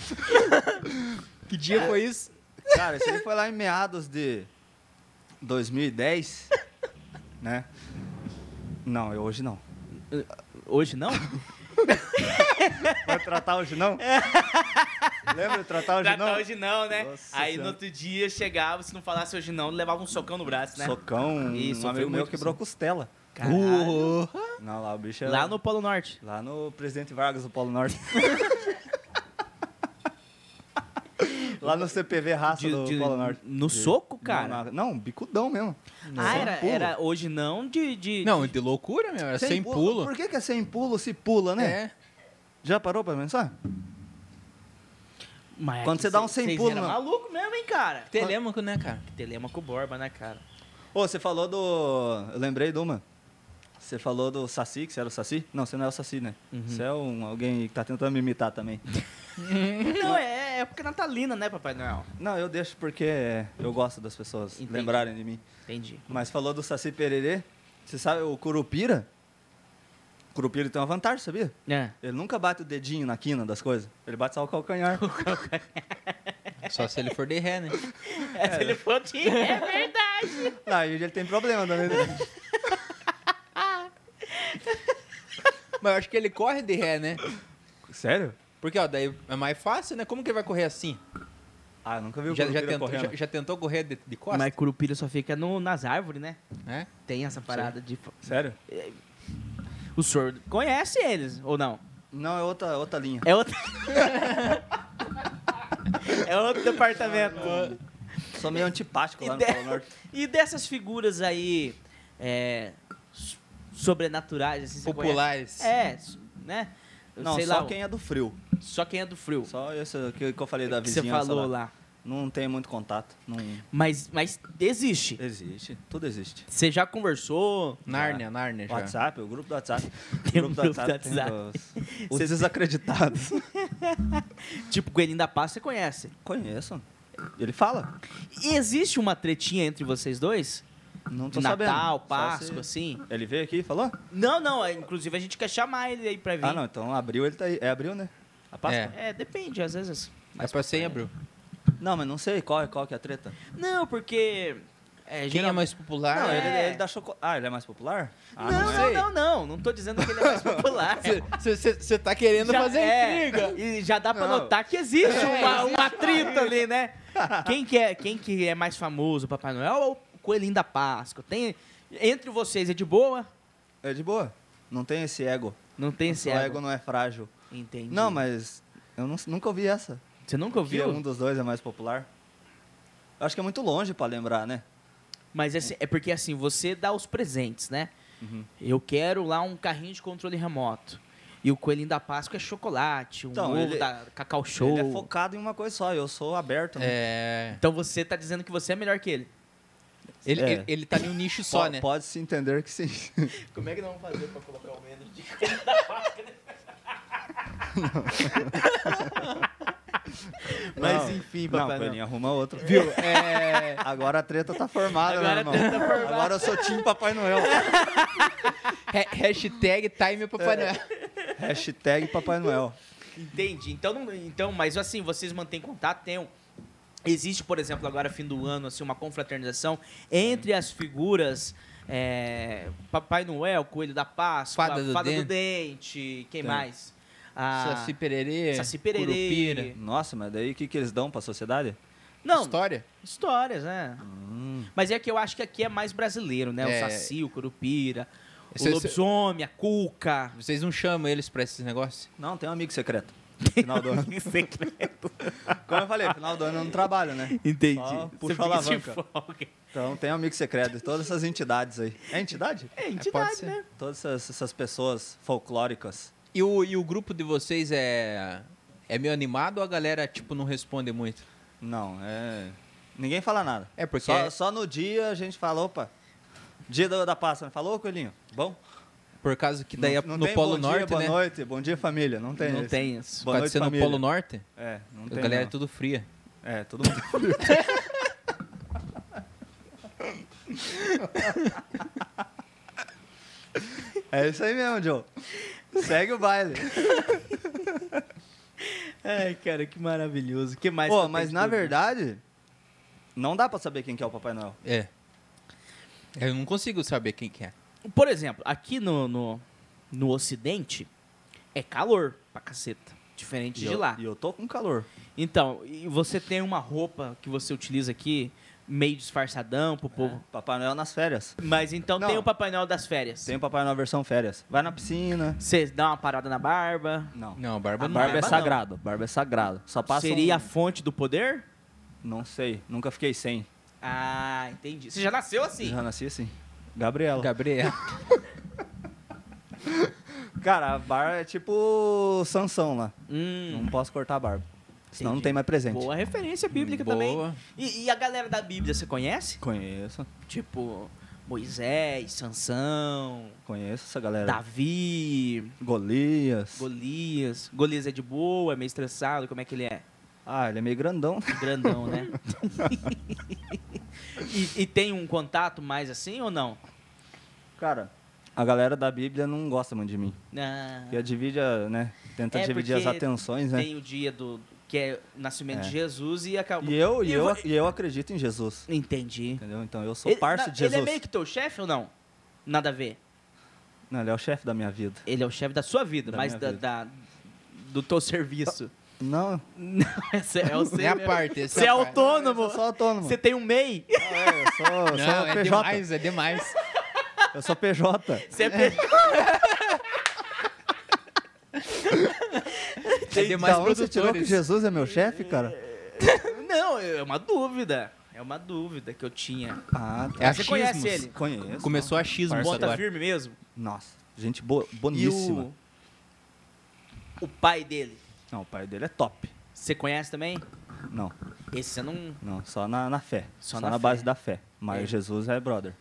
B: Que dia foi isso?
C: Cara, isso aí foi lá em meados de 2010, né? Não, eu hoje não.
A: Hoje não?
C: Vai tratar hoje não? Lembra de tratar hoje não?
A: Tratar hoje não, né?
C: Nossa
A: Aí
C: Senhora.
A: no outro dia chegava, se não falasse hoje não, levava um socão no braço, né?
C: Socão,
A: Ih,
C: um
A: sofreu
C: amigo meu
A: muito,
C: quebrou costela. Uh!
A: Caralho.
B: Uh,
C: Não, lá o bicho é era...
A: Lá no Polo Norte.
C: Lá no Presidente Vargas, do Polo Norte. Lá no CPV Raça
A: De-
C: do
A: de-
C: Polo Norte.
A: no
C: De-
A: soco, cara?
C: Não, não, bicudão mesmo.
A: Ah,
C: Sem
A: era,
C: pulo.
A: era hoje não de. de-
B: Não, de loucura, meu. Era É sem, pulo.
C: é Por que, que é sem pulo se pula, né?
B: É.
C: Já parou pra pensar?
A: Mas
C: Quando
A: é
C: você
A: que
C: dá um
A: cê-
C: sem
A: vocês
C: pulo,
A: eram
C: não.
A: maluco mesmo, hein, cara?
B: Telêmaco, né, cara?
A: Telemaco Borba, né, cara?
C: Ô, você falou do... Eu lembrei de uma. Você falou do Saci, que você era o Saci? Não, você não é o Saci, né?
A: Uhum.
C: Você é um, alguém que tá tentando me imitar também.
A: Não, é, é época natalina, né, Papai Noel?
C: não, eu deixo porque eu gosto das pessoas
A: Entendi.
C: lembrarem de mim.
A: Entendi.
C: Mas falou do Saci Pererê. Você sabe o Curupira? O Curupira tem uma vantagem, sabia?
A: É.
C: Ele nunca bate o dedinho na quina das coisas. Ele bate só o calcanhar.
B: Só se ele for de ré, né?
A: Essa ele foi de- é verdade.
C: Aí ele tem problema também. né?
B: Mas eu acho que ele corre de ré, né?
C: Sério?
B: Porque, ó, daí é mais fácil, né? Como que ele vai correr assim?
C: Ah, eu nunca vi o
B: Já, já
C: Curupira
B: tentou,
C: correndo.
B: já, já tentou correr de, de costas?
A: Mas Curupira só fica no, nas árvores, né?
B: É?
A: Tem essa parada de.
C: Sério?
A: O senhor conhece eles, ou não?
C: Não, é outra, outra linha.
A: É outro. é outro departamento. É.
C: Sou meio antipático
A: E,
C: lá no
A: de-
C: Polo Norte.
A: Ah, e dessas figuras aí é, s- sobrenaturais, assim, você
B: Populares.
A: conhece? É, s- né? Eu
C: Não,
A: sei
C: só
A: lá,
C: quem é do frio.
A: só quem é do frio.
C: Só isso que, que eu falei da
A: que você
C: vizinhança
A: falou
C: lá.
A: lá.
C: Não tem muito contato. Não...
A: Mas, mas existe.
C: Existe. Tudo existe.
A: Você já conversou?
B: Nárnia, Nárnia já.
C: WhatsApp, o grupo do WhatsApp.
A: Tem um grupo do
C: tem os- Os
A: Vocês-
C: desacreditados.
A: Tipo, Coelhinho da Paz, você conhece.
C: Conheço. Ele fala.
A: E existe uma tretinha entre vocês dois?
C: Não
A: De
C: tô
A: Natal,
C: sabendo.
A: Páscoa,
C: Só se-
A: assim?
C: Ele veio aqui e falou?
A: Não, não. é, Inclusive, a gente quer chamar ele aí pra vir.
C: Ah, não, então abril ele tá aí. É abril, né? A Páscoa?
A: É, depende, às vezes.
B: É
C: É
A: É.
B: Mas pra ser em abril.
C: Não, mas não sei qual, é- qual que é a treta.
A: Não, porque É,
B: Quem é
A: geral-
B: mais popular?
C: Não,
A: Ah,
C: ele,
A: é.
C: ele dá chocolate. Ah, ele é mais popular?
A: não,
C: Ah,
B: não
A: não,
B: sei.
A: não, não. Não tô dizendo que ele é mais popular.
B: Você tá querendo fazer
A: é,
B: intriga.
A: E já dá pra
C: Não.
A: notar que existe
B: É,
A: uma, uma treta ali, né? Quem que, é, quem que é mais famoso, Papai Noel ou o Coelhinho da Páscoa? Tem, entre vocês é de boa?
C: É de boa. Não tem esse ego.
A: Não tem
C: Esse
A: esse
C: ego.
A: ego.
C: não é frágil.
A: Entendi.
C: Não, mas eu não- nunca ouvi essa.
A: Você nunca
C: Que
A: ouviu?
C: um dos dois é mais popular. Eu acho que é muito longe pra lembrar, né?
A: Mas assim, é porque assim, você dá os presentes, né?
C: Uhum.
A: Eu quero lá um carrinho de controle remoto. E o coelhinho da Páscoa é chocolate, um
C: Então,
A: ovo
C: ele-
A: da Cacau Show.
C: Ele é focado em uma coisa só. Eu sou aberto. né?
B: É.
A: Então você tá dizendo que você é melhor que ele.
B: Ele,
C: É.
B: ele, ele tá em um nicho
C: Po-
B: só, né?
C: Pode se entender que sim.
A: Como é que não vamos fazer pra colocar o menos de Mas
C: Não.
A: enfim,
C: Não,
A: papai. Noel.
C: Coelhinho, arruma outro.
B: Viu? É.
C: Agora a treta tá formada,
A: Agora a
C: meu irmão.
A: treta tá formada.
C: Agora eu sou time Papai Noel.
B: ha- Hashtag time
A: É.
B: Papai Noel.
C: Hashtag Papai Noel.
A: Entendi. Então, não- então, mas assim, vocês mantêm contato, tem um- Existe, por exemplo, agora fim do ano, assim, uma confraternização entre as figuras é, Papai Noel, Coelho da Páscoa,
B: Fada do Tá.
A: do Dente, quem
C: Tem.
A: mais? Ah,
B: Saci Pererê.
A: Saci Pererê.
B: Curupira.
C: Nossa, mas daí o que, que eles dão pra sociedade?
A: Não,
B: História?
A: histórias, né?
C: Hum,
A: Mas é que eu acho que aqui é mais brasileiro, né?
B: É.
A: O Saci, o Curupira,
B: Esse-
A: o
B: esse-
A: Lobisomem, a Cuca.
B: Vocês não chamam eles pra esses negócios? É,
C: não, tem um amigo secreto. Final do ano.
A: é.
C: Como eu falei, final do ano eu não trabalho, né?
A: Entendi.
C: Só
A: Você
C: puxa a
A: fica de
C: alavanca.
A: folga.
C: Então tem um amigo secreto de todas essas entidades aí. É entidade?
A: É
B: pode
A: entidade,
B: ser.
A: né?
C: Todas essas, essas pessoas folclóricas.
B: E o, e o grupo de vocês é. É meio animado ou a galera, tipo, não responde muito?
C: Não, é. Ninguém fala nada.
B: É porque.
C: Só, só no dia a gente fala, opa. Dia da, da pasta, né? falou, coelhinho? Bom?
B: Por causa que daí é
C: Não- não
B: no
C: tem
B: Polo
C: bom
B: Norte,
C: dia, boa
B: né?
C: noite, bom dia família. Não tem
A: Não
C: esse.
A: tem isso.
B: Por
C: Boa
B: causa de
C: noite,
B: ser no
C: família.
B: Polo Norte,
C: É, não
B: a
C: tem.
B: galera é
C: não.
B: tudo fria.
C: É, todo mundo frio. é isso aí mesmo, Joe. Segue o baile.
A: Ai, cara, que maravilhoso. que mais?
C: Pô,
A: que eu
C: mas
A: tenho
C: na
A: de pergunta?
C: verdade, não dá pra saber quem que é o Papai Noel.
B: É. Eu não consigo saber quem que é.
A: Por exemplo, aqui no, no, no Ocidente, é calor pra caceta. Diferente
C: E
A: de
C: eu-
A: lá.
C: E eu tô com calor.
A: Então, e você tem uma roupa que você utiliza aqui, meio disfarçadão pro povo.
C: É. Papai Noel nas férias.
A: Mas então
C: É. Não.
A: tem o Papai Noel das férias.
C: Tem o Papai Noel versão férias. Vai na piscina.
A: Você dá uma parada na barba.
C: Não.
B: Não, barba
C: A
B: não.
C: barba é
A: não.
C: sagrado. Barba é sagrado. Só passa
A: Seria
C: um-
A: a fonte do poder?
C: Não sei. Nunca fiquei sem.
A: Ah, entendi. Você já nasceu assim?
C: Já nasci assim. Gabriela.
B: Gabriel.
C: Cara, a barba é tipo Sansão lá.
A: Hum,
C: Não posso cortar a barba. Senão não
A: Entendi.
C: tem mais presente.
A: boa referência
C: Hum,
A: bíblica também.
B: Boa.
A: E, e a galera da Bíblia, você conhece?
C: Conheço.
A: Tipo, Moisés, Sansão,
C: Conheço essa galera.
A: Davi,
C: Golias.
A: Golias. Golias é de boa, é meio estressado, como é que ele é?
C: Ah, ele é meio grandão.
A: Grandão, né? e, e tem um contato mais assim ou não?
C: Cara, a galera da Bíblia não gosta muito de mim.
A: Ah,
C: E a divide, a, né? Tenta
A: É,
C: dividir as
A: porque
C: atenções, né?
A: tem o dia do que é o nascimento
C: É.
A: de Jesus e acabou.
C: E eu, e, eu,
A: vo-
C: e eu acredito em Jesus.
A: Entendi.
C: Entendeu? Então eu sou parça
A: na-
C: de Jesus.
A: Ele é meio que teu chefe ou não? Nada a ver.
C: Não, ele é o chefe da minha vida.
A: Ele é o chefe da sua vida,
C: Da
A: mas
C: minha
A: da,
C: vida.
A: da- do teu serviço.
C: Não,
A: Não, esse é o seu.
B: É a parte. essa
A: Você é
B: a parte.
A: autônomo.
C: eu sou autônomo.
A: Você tem um MEI.
C: Ah, é, eu sou, eu
B: Não,
C: sou
B: é
C: PJ.
B: demais, é demais.
C: Eu sou PJ.
A: Você é PJ.
B: É demais
C: da onde Então, você tirou que
B: produtores.
C: Jesus é meu chefe, cara?
A: Não, é uma dúvida. É uma dúvida que eu tinha.
C: Ah,
B: É
A: Você conhece
B: achismos.
A: ele?
C: Conheço.
B: Começou a X
C: Parça tá
A: Ponta
B: agora.
A: firme mesmo.
C: Nossa, gente bo
A: E
C: boníssima.
A: o, o pai dele.
C: Não, o pai dele é top.
A: Você conhece também?
C: Não,
A: Esse você não
C: não, só na, na fé.
A: Só
C: Só,
A: na
C: na,
A: fé.
C: base da fé. Mas
A: É.
C: Jesus é brother.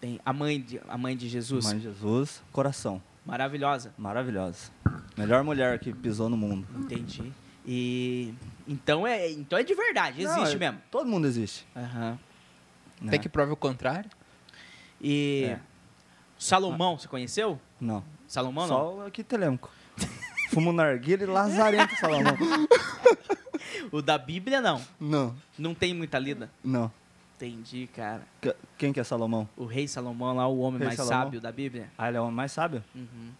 A: tem. A mãe de, a mãe de Jesus.
C: Mas Jesus, coração.
A: Maravilhosa.
C: Maravilhosa. Melhor mulher que pisou no mundo.
A: Entendi. E. Então é, então é de verdade,
C: Não,
A: existe
C: é-
A: mesmo.
C: Todo mundo existe.
A: Aham.
C: né?
B: Até que prove o contrário.
A: E.
C: É.
A: Salomão, você conheceu?
C: Não.
A: Salomão não?
C: Só aqui telemco. Fumo narguilha e lazarento, Salomão.
A: O da Bíblia não.
C: Não,
A: Não tem muita lida.
C: não.
A: Entendi, cara.
C: Que- Quem que é Salomão?
A: O rei Salomão lá, o homem
C: Rei
A: mais
C: Salomão.
A: sábio da Bíblia.
C: Ah, ele é o homem mais sábio?
A: Uhum.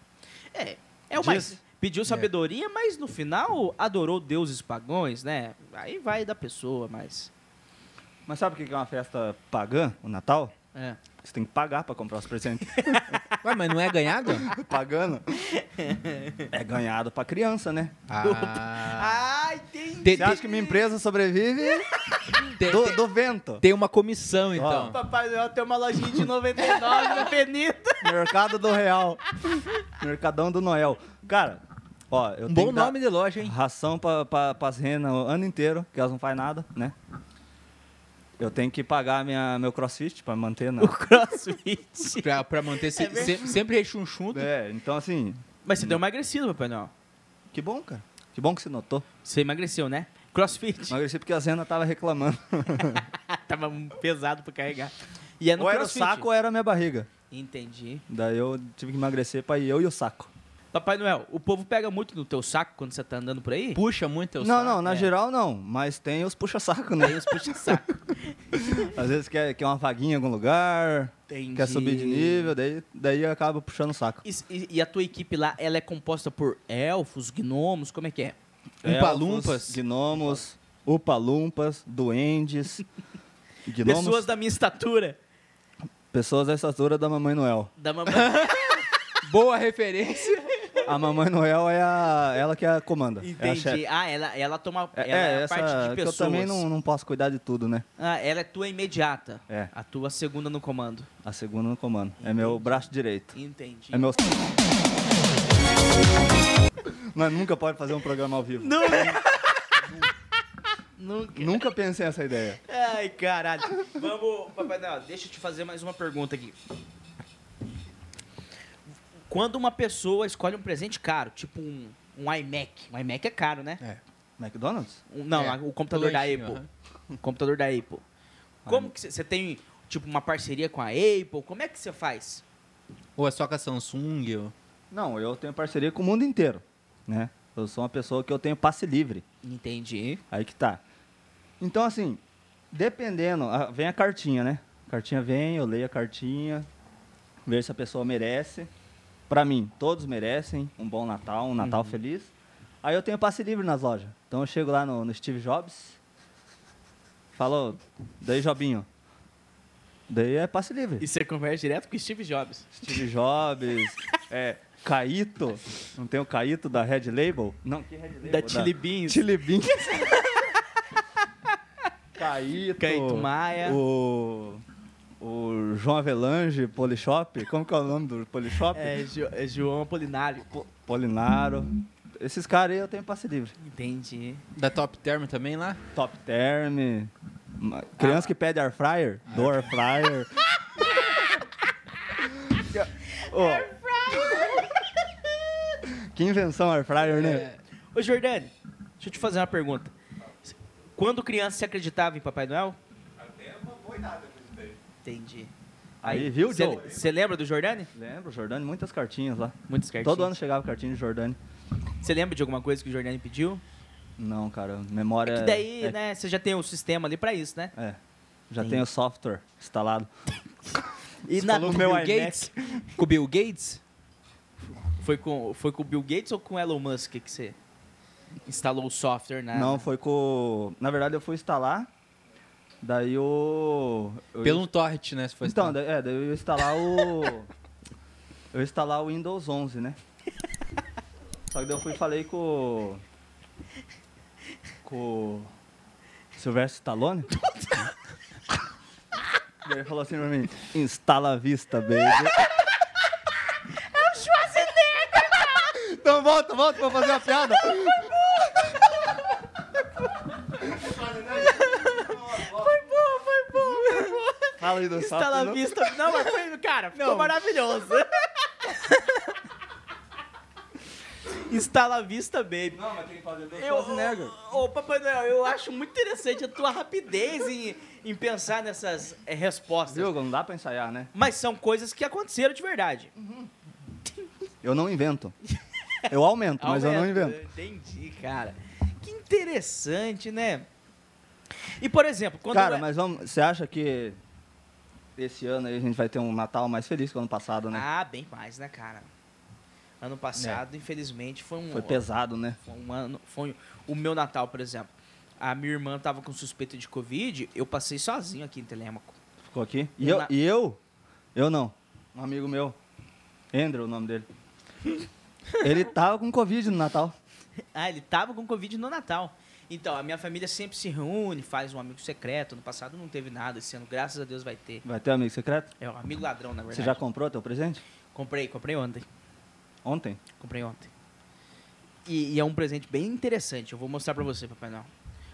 A: É, é o
C: Diz-
A: mais... Pediu sabedoria, mas no final adorou deuses pagões, né? Aí vai da pessoa, mas...
C: Mas sabe o que que é uma festa pagã, o Natal?
A: É.
C: Você tem que pagar pra comprar os presentes.
B: Ué, mas não é ganhado?
C: Pagando? É ganhado pra criança, né?
B: Ah.
A: Ah, entendi.
B: Te-
C: Você acha que minha empresa sobrevive
B: Tem,
C: do,
B: tem-
C: do vento?
B: tem uma
C: Ah.
B: comissão, então.
C: Tá
A: Papai Noel tem uma lojinha de 99 na Penita.
C: Mercado do Real. Mercadão do Noel. Cara, ó, eu
B: Um
C: tenho
B: bom
C: que dar
B: nome de loja, hein?
C: ração pra, pra, pras renas o ano inteiro, que elas não fazem nada, né? Eu tenho que pagar minha, meu crossfit pra manter na...
A: Crossfit.
B: Pra, pra manter se- se- sempre rechonchudo.
C: É, então assim,
A: Mas você deu emagrecido, Papai Noel.
C: que bom, cara. Que bom que você notou.
A: Você emagreceu, né? Crossfit.
C: Emagreci porque a Zena tava reclamando.
A: Tava um pesado pra carregar. E é no
C: ou era o
A: crossfit.
C: saco ou era a minha barriga.
A: Entendi.
C: Daí eu tive que emagrecer pra ir eu e o saco.
A: Papai Noel, o povo pega muito no teu saco quando você tá andando por aí?
B: Puxa muito eu
C: não, não, na
A: é.
C: geral não, mas tem os puxa-saco, né?
A: Aí os puxa saco.
C: Às vezes quer, quer uma vaguinha em algum lugar,
A: Entendi.
C: quer subir de nível, daí, daí acaba puxando o saco.
A: E, e- e a tua equipe lá, ela é composta por elfos, gnomos, como é que é?
C: Um
B: Umpalumpas.
C: Elfos, Gnomos, upalumpas, duendes, gnomos,
A: Pessoas
C: pessoas,
A: da minha estatura.
C: da estatura da Mamãe Noel.
A: Da
C: É,
A: mamãe.
B: Boa referência.
C: A Mamãe Noel é a, ela que é a comanda, é a chefe.
A: Entendi. ah, ela, ela toma.
C: É,
A: ela
C: é,
A: é a
C: essa
A: parte de
C: que eu
A: pessoas.
C: também não, não posso cuidar de tudo, né?
A: Ah, ela é tua imediata.
C: É.
A: A tua segunda no comando.
C: A segunda no comando. É meu braço direito.
A: Entendi.
C: É meu. Mas nunca pode fazer um programa ao vivo.
A: Não, Nunca.
C: Nunca pensei nessa ideia.
A: Ai, caralho. Vamos, Papai Noel, deixa eu te fazer mais uma pergunta aqui. Quando uma pessoa escolhe um presente caro, tipo um, um iMac. Um iMac é caro, né?
C: McDonald's?
A: Um- não,
B: É,
A: o computador da
B: lanchinho,
A: Apple. O computador da Apple. Como que você tem, tipo, uma parceria com a Apple? Como é que você faz?
B: Ou é só com a Samsung? ou-
C: Não, eu tenho parceria com o mundo inteiro, né? Eu sou uma pessoa que eu tenho passe livre.
A: Entendi.
C: Aí que tá. Então, assim, dependendo, a- vem a cartinha, né? A cartinha vem, eu leio a cartinha, vejo se a pessoa merece. Pra mim, todos merecem um bom Natal, um Natal feliz. Aí eu tenho passe livre nas lojas. Então eu chego lá no, no Steve Jobs, falo, daí Jobinho. Daí é passe livre.
A: E você conversa direto com o Steve Jobs.
C: Steve Jobs, é, Caíto, não tem o Caíto da Red Label? Não, que Red Label?
A: Da Chili Beans.
C: Chili Beans. Caíto.
A: Caíto Maia.
C: O, o João Avelange, Polishop, como que é o nome do Polishop?
A: É, Jo- é João Apolinário.
C: Polinaro. Esses caras aí eu tenho passe livre.
A: Entendi.
B: Da Top Term também lá?
C: Top Term, ma- criança que pede air fryer, do air fryer. air fryer. Que invenção air fryer, né?
A: Ô, Jordani, deixa eu te fazer uma pergunta. Quando criança você acreditava em Papai Noel? Até uma boa idade acreditei. Entendi.
C: Aí, viu,
A: cê-
C: Joe?
A: Você lembra do Jordani?
C: Lembro, Jordani, muitas cartinhas lá.
A: Muitos cartinhas.
C: Todo ano chegava cartinha de Jordani.
A: Você lembra de alguma coisa que o Jordani pediu?
C: Não, cara, memória.
A: É que daí,
C: é,
A: né, você já tem o sistema ali pra isso, né?
C: É. Já
A: Tem.
C: tem o software instalado.
A: E
C: Você
A: na-
C: falou
A: com
C: meu
A: Bill
C: iMac.
A: Gates?
B: Com o Bill Gates?
A: Foi com, foi com o Bill Gates ou com o Elon Musk que você instalou o software na...
C: Não, foi com. Na verdade, eu fui instalar. Daí o. eu-
B: Pelo um torrent, né? Se for
C: então,
B: assim.
C: daí- é, daí eu ia instalar o. eu ia instalar o Windows 11, né? Só que daí eu fui e falei com. o- Com. o Silvestre Stallone? Daí ele falou assim pra mim: instala a vista, baby. É o Schwarzenegger!
A: É né?
C: Então volta, volta pra eu fazer uma piada. Fala aí do
A: Instala a
C: Não-
A: vista... Não, mas foi... Cara, ficou maravilhoso. Instala a vista, baby.
C: Não, mas tem que fazer do
A: Eu,
C: Schwarzenegger.
A: ô, ô, Papai Noel, eu acho muito interessante a tua rapidez em, em pensar nessas eh, respostas.
C: Viu? Não dá pra ensaiar, né?
A: Mas são coisas que aconteceram de verdade.
C: Eu não invento. Eu aumento, mas eu não
A: Aumenta.
C: invento.
A: Entendi, cara. Que interessante, né? E, por exemplo, quando.
C: Cara,
A: eu-
C: mas vamos, você acha que esse ano aí a gente vai ter um Natal mais feliz que o ano passado, né? É.
A: Ah, bem mais, né, cara? Ano passado, infelizmente, foi um.
C: Foi pesado, né?
A: Foi um ano. Foi o meu Natal, por exemplo. A minha irmã tava com suspeita de Covid, eu passei sozinho aqui em Telêmaco.
C: Ficou aqui. E
A: Um
C: eu,
A: na-
C: e eu? Eu não. Um amigo meu. Andrew, o nome dele. Ele tava com Covid no Natal.
A: Ah, ele tava com Covid no Natal. Então, a minha família sempre se reúne, faz um amigo secreto. No passado não teve nada, esse ano, graças a Deus, vai ter.
C: Vai ter um amigo secreto?
A: É um amigo ladrão, na verdade.
C: Você já comprou teu presente?
A: Comprei, comprei ontem.
C: Ontem?
A: Comprei ontem. E, e é um presente bem interessante. Eu vou mostrar pra você, Papai Noel.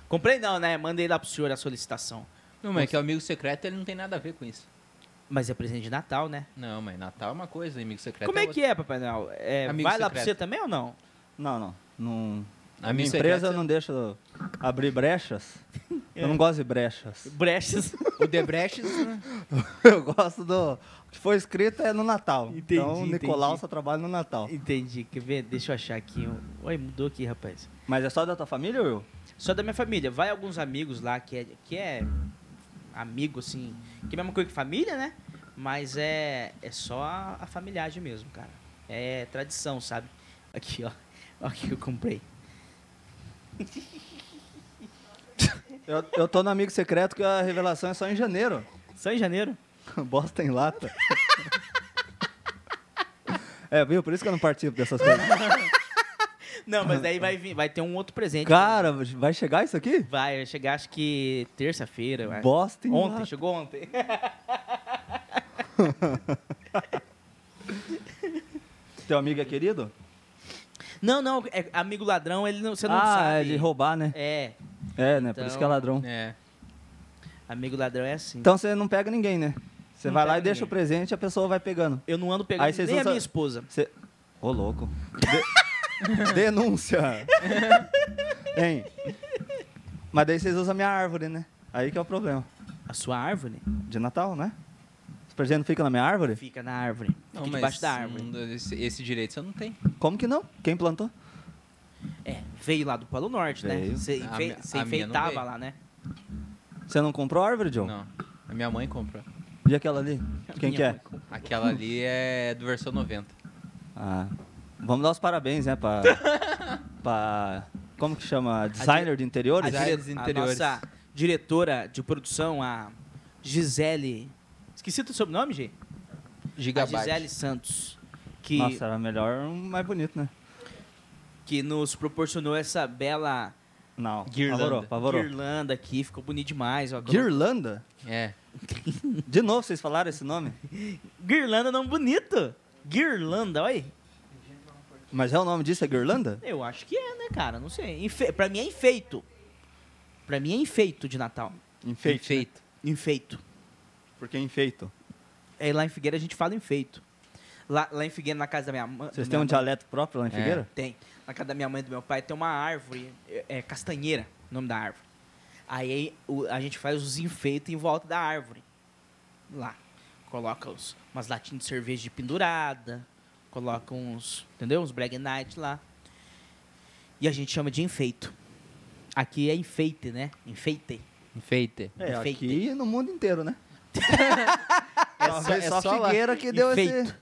A: Comprei não, né? Mandei lá pro senhor a solicitação.
B: Não, mas é que o amigo secreto ele não tem nada a ver com isso.
A: Mas é presente de Natal, né?
B: Não, mas Natal é uma coisa, amigo secreto
A: Como é que é, Papai Noel? É,
B: Amigo
A: vai lá pra
B: secreto.
A: você também ou não?
C: Não, não. não...
B: A
A: é?
C: A minha empresa não deixa eu abrir brechas. Eu
A: É.
C: não gosto de brechas.
A: Brechas.
B: O Debrecht, né?
C: Eu gosto do. O que foi escrito é no Natal.
A: Entendi,
C: então, o Nicolau
A: entendi.
C: só trabalha no Natal.
A: Entendi. Quer ver? Deixa eu achar aqui. um- Oi, mudou aqui, rapaz.
C: Mas é só da tua família, Will?
A: Só da minha família. Vai alguns amigos lá que é, que é amigo, assim. Que é a mesma coisa que família, né? Mas é, é só a, a familiagem mesmo, cara. É tradição, sabe? Aqui, ó. Olha o que eu comprei.
C: Eu, eu tô no amigo secreto que a revelação é só em janeiro.
A: Só em janeiro?
C: Bosta em lata. É, viu? Por isso que eu não participo dessas coisas.
A: Não, mas daí vai, vir, vai ter um outro presente.
C: Cara, vai chegar isso aqui?
A: Vai chegar, acho que terça-feira. eu acho.
C: Bosta em
A: Ontem,
C: lata.
A: chegou ontem.
C: Teu amigo é querido?
A: Não, não, é amigo ladrão, ele não, você não
C: ah,
A: sabe.
C: é de roubar, né?
A: É,
C: É, né? Por
A: Então-
C: isso que é ladrão.
B: É.
A: amigo ladrão é assim.
C: Então você não pega ninguém, né? Você
A: Não
C: vai lá
A: pega
C: e deixa o
A: ninguém.
C: presente e a pessoa vai pegando.
A: Eu não ando pegando
C: Aí
A: nem
C: vocês
A: a
C: usam-
A: minha esposa.
C: Você. Ô, louco. De- Denúncia! hein? Mas daí vocês usam a minha árvore, né? Aí que é o problema.
A: A sua árvore
C: De Natal, né? Os presentes não ficam na minha árvore?
A: fica na árvore. Fica
B: Não, mas
A: debaixo da árvore.
B: não- esse, esse direito você não tem.
C: Como que não? Quem plantou?
A: É, veio lá do Polo Norte, né?
C: Veio.
A: Você,
B: A
A: enfe-
B: minha-
A: você
B: a minha não
A: enfeitava
B: veio.
A: lá, né?
C: Você não comprou a árvore, Joe?
B: Não. A minha mãe comprou.
C: E aquela ali? De Quem
A: Minha
C: que é?
A: mãe comprou.
B: Aquela ali é do versão 90.
C: Ah. Vamos dar os parabéns, né? Pra. pra como que chama? Designer de
A: A,
C: interiores?
B: Design-
A: dire...
B: Designs
A: a
B: interiores.
A: nossa diretora de produção, a Gisele. Esqueci teu sobrenome, Gi? A Gisele
B: Gigabyte.
A: Santos. Que,
C: Nossa, era melhor um mais bonito, né?
A: que nos proporcionou essa bela
C: Não.
B: Guirlanda.
C: Pavorou, pavorou.
A: guirlanda aqui. Ficou bonito demais. ó.
C: Guirlanda?
B: É.
C: De novo vocês falaram esse nome?
A: Guirlanda é nome bonito. Guirlanda, olha aí.
C: Mas é o nome disso, é Guirlanda?
A: Eu acho que é, né, cara? Não sei. Enfe... Pra mim é enfeito. Pra mim é enfeito de Natal.
C: Enfeite.
B: Feito.
A: Enfeito.
C: Porque é enfeito.
A: É, lá em Figueira a gente fala enfeito. Lá, lá em Figueira, na casa da minha mãe.
C: Vocês
A: da
C: têm
A: minha
C: um
A: mãe-
C: dialeto próprio lá em
B: É.
C: Figueira?
A: Tem. Na casa da minha mãe e do meu pai tem uma árvore, é, é, castanheira, o nome da árvore. Aí o- a gente faz os enfeites em volta da árvore. Lá. Coloca os, umas latinhas de cerveja de pendurada. Coloca uns, entendeu? Uns Brag Night lá. E a gente chama de enfeito. Aqui é enfeite, né? Enfeite.
B: Enfeite.
C: É,
A: Enfeite.
C: aqui no mundo inteiro, né?
B: É
C: Talvez
B: só-
C: só,
B: é só lá.
C: Figueira que deu
A: Enfeito.
C: esse...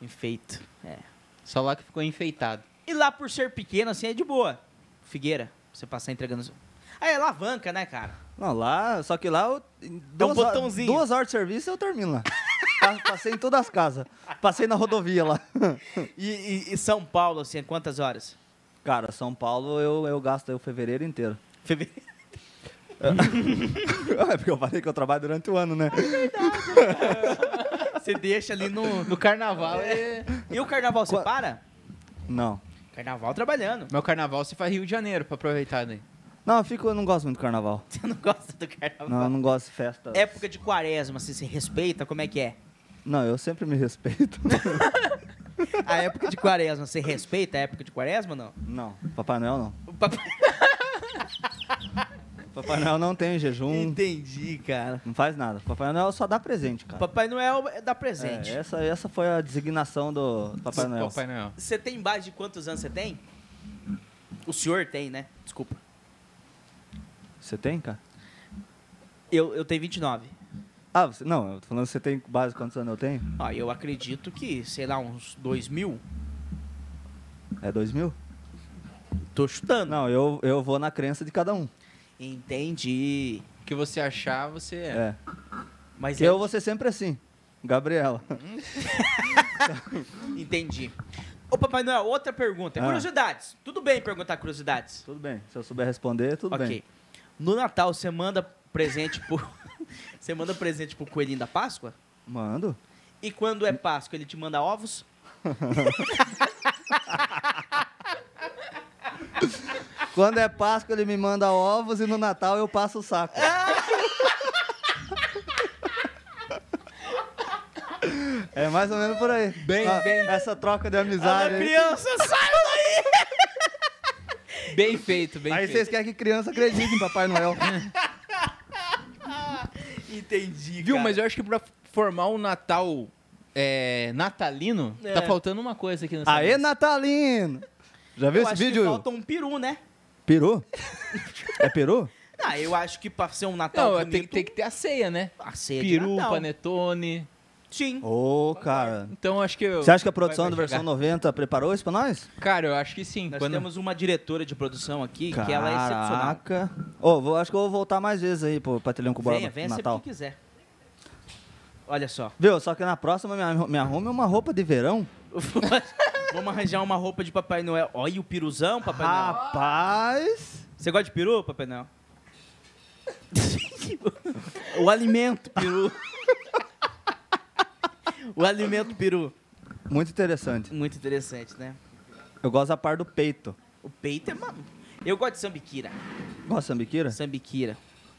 A: Enfeito. É.
B: Só lá que ficou enfeitado.
A: E lá por ser pequeno, assim, é de boa. Figueira, você passar entregando. Ah, é alavanca, né, cara?
C: Não, lá... Só que lá... Eu, em
A: Dá um
C: duas horas-
A: botãozinho.
C: duas horas de serviço eu termino lá. Pa- Passei em todas as casas. Passei na rodovia lá.
A: E, e- e São Paulo, assim, é quantas horas?
C: Cara, São Paulo eu, eu gasto aí o fevereiro inteiro.
A: Fevereiro.
C: É porque eu falei que eu trabalho durante o ano, né?
A: Você deixa ali no.
B: No carnaval é.
A: E o carnaval, você
C: Qua-
A: para?
C: Não.
A: Carnaval trabalhando.
B: Meu carnaval se faz Rio de Janeiro pra aproveitar né? daí.
C: Não, eu, fico, eu não gosto muito do carnaval.
A: Você não gosta do carnaval.
C: Não, eu não gosto de festa.
A: Época de quaresma, assim, você respeita? Como é que é?
C: Não, eu sempre me respeito.
A: A época de quaresma, você respeita a época de quaresma ou não?
C: não, Papai Noel não.
A: O papai-
C: Papai Noel não tem jejum,
A: Entendi, cara.
C: não faz nada. Papai Noel só dá presente, cara.
A: Papai Noel dá
C: É,
A: presente.
C: essa, essa foi a designação do Papai Noel.
B: Papai Noel.
A: Você tem base de quantos anos você tem? O senhor tem, né? Desculpa.
C: Você tem, cara?
A: Eu, eu tenho 29.
C: Ah, você, não, eu tô falando que você tem base quantos anos eu tenho?
A: Ah, eu acredito que, sei lá, uns 2 mil.
C: É dois mil?
A: Tô chutando.
C: Não, eu, eu vou na crença de cada um.
A: Entendi.
B: O que você achar, você é.
C: É.
A: Mas
C: eu
A: é-
C: vou ser sempre assim. Gabriela.
A: Entendi. Ô, Papai Noel, outra pergunta. É
C: Ah.
A: Curiosidades. Tudo bem perguntar curiosidades.
C: Tudo bem. Se eu souber responder, tudo
A: ok.
C: bem.
A: No Natal, você manda presente pro. você manda presente pro coelhinho da Páscoa?
C: Mando.
A: E quando é Páscoa, ele te manda ovos?
C: Quando é Páscoa, ele me manda ovos e no Natal eu passo o saco.
A: Ah!
C: É mais ou menos por aí.
B: Bem, bem.
C: Essa troca de
A: Alô,
C: amizade. aí.
A: criança, sai daí!
C: É.
B: Bem feito, Tá bem
C: Aí vocês
B: feito.
C: querem que criança acredite em Papai Noel.
A: Entendi.
B: Viu,
A: cara.
B: mas eu acho que pra formar um Natal é, natalino,
A: É.
B: tá faltando uma coisa aqui nessa
C: Aê,
B: mesa.
C: Natalino! Já
A: Eu
C: viu esse
A: acho que
C: vídeo?
A: falta um peru, né?
C: Peru? É peru?
A: Ah, eu acho que pra ser um Natal
B: Não, tem,
A: bonito,
B: tem que ter a ceia, né?
A: a ceia de
B: Peru,
A: Natal.
B: panetone.
A: Sim.
C: Ô, cara.
B: Então acho que. eu-
C: Você acha que a produção
B: vai-
C: do
B: vai
C: versão
B: chegar.
C: 90 preparou isso pra nós?
B: Cara, eu acho que sim.
A: Nós
B: Quando-
A: temos uma diretora de produção aqui que ela é excepcional.
C: Caraca. Ô, vou- acho que eu vou voltar mais vezes aí pro Patilhão com Borba
A: Venha, venha
C: no
A: sempre
C: Natal.
A: que quiser. Olha só.
C: Viu? Só que na próxima me, me arrume uma roupa de verão.
A: Vamos arranjar uma roupa de Papai Noel. Olha o piruzão, Papai Noel.
C: Rapaz!
A: Você gosta de peru, Papai Noel? o alimento peru. o alimento peru.
C: Muito interessante.
A: Muito interessante, né?
C: Eu gosto da parte do peito.
A: O peito é mano. Eu gosto de sambiquira.
C: Gosta de sambiquira?
A: Sambiquira.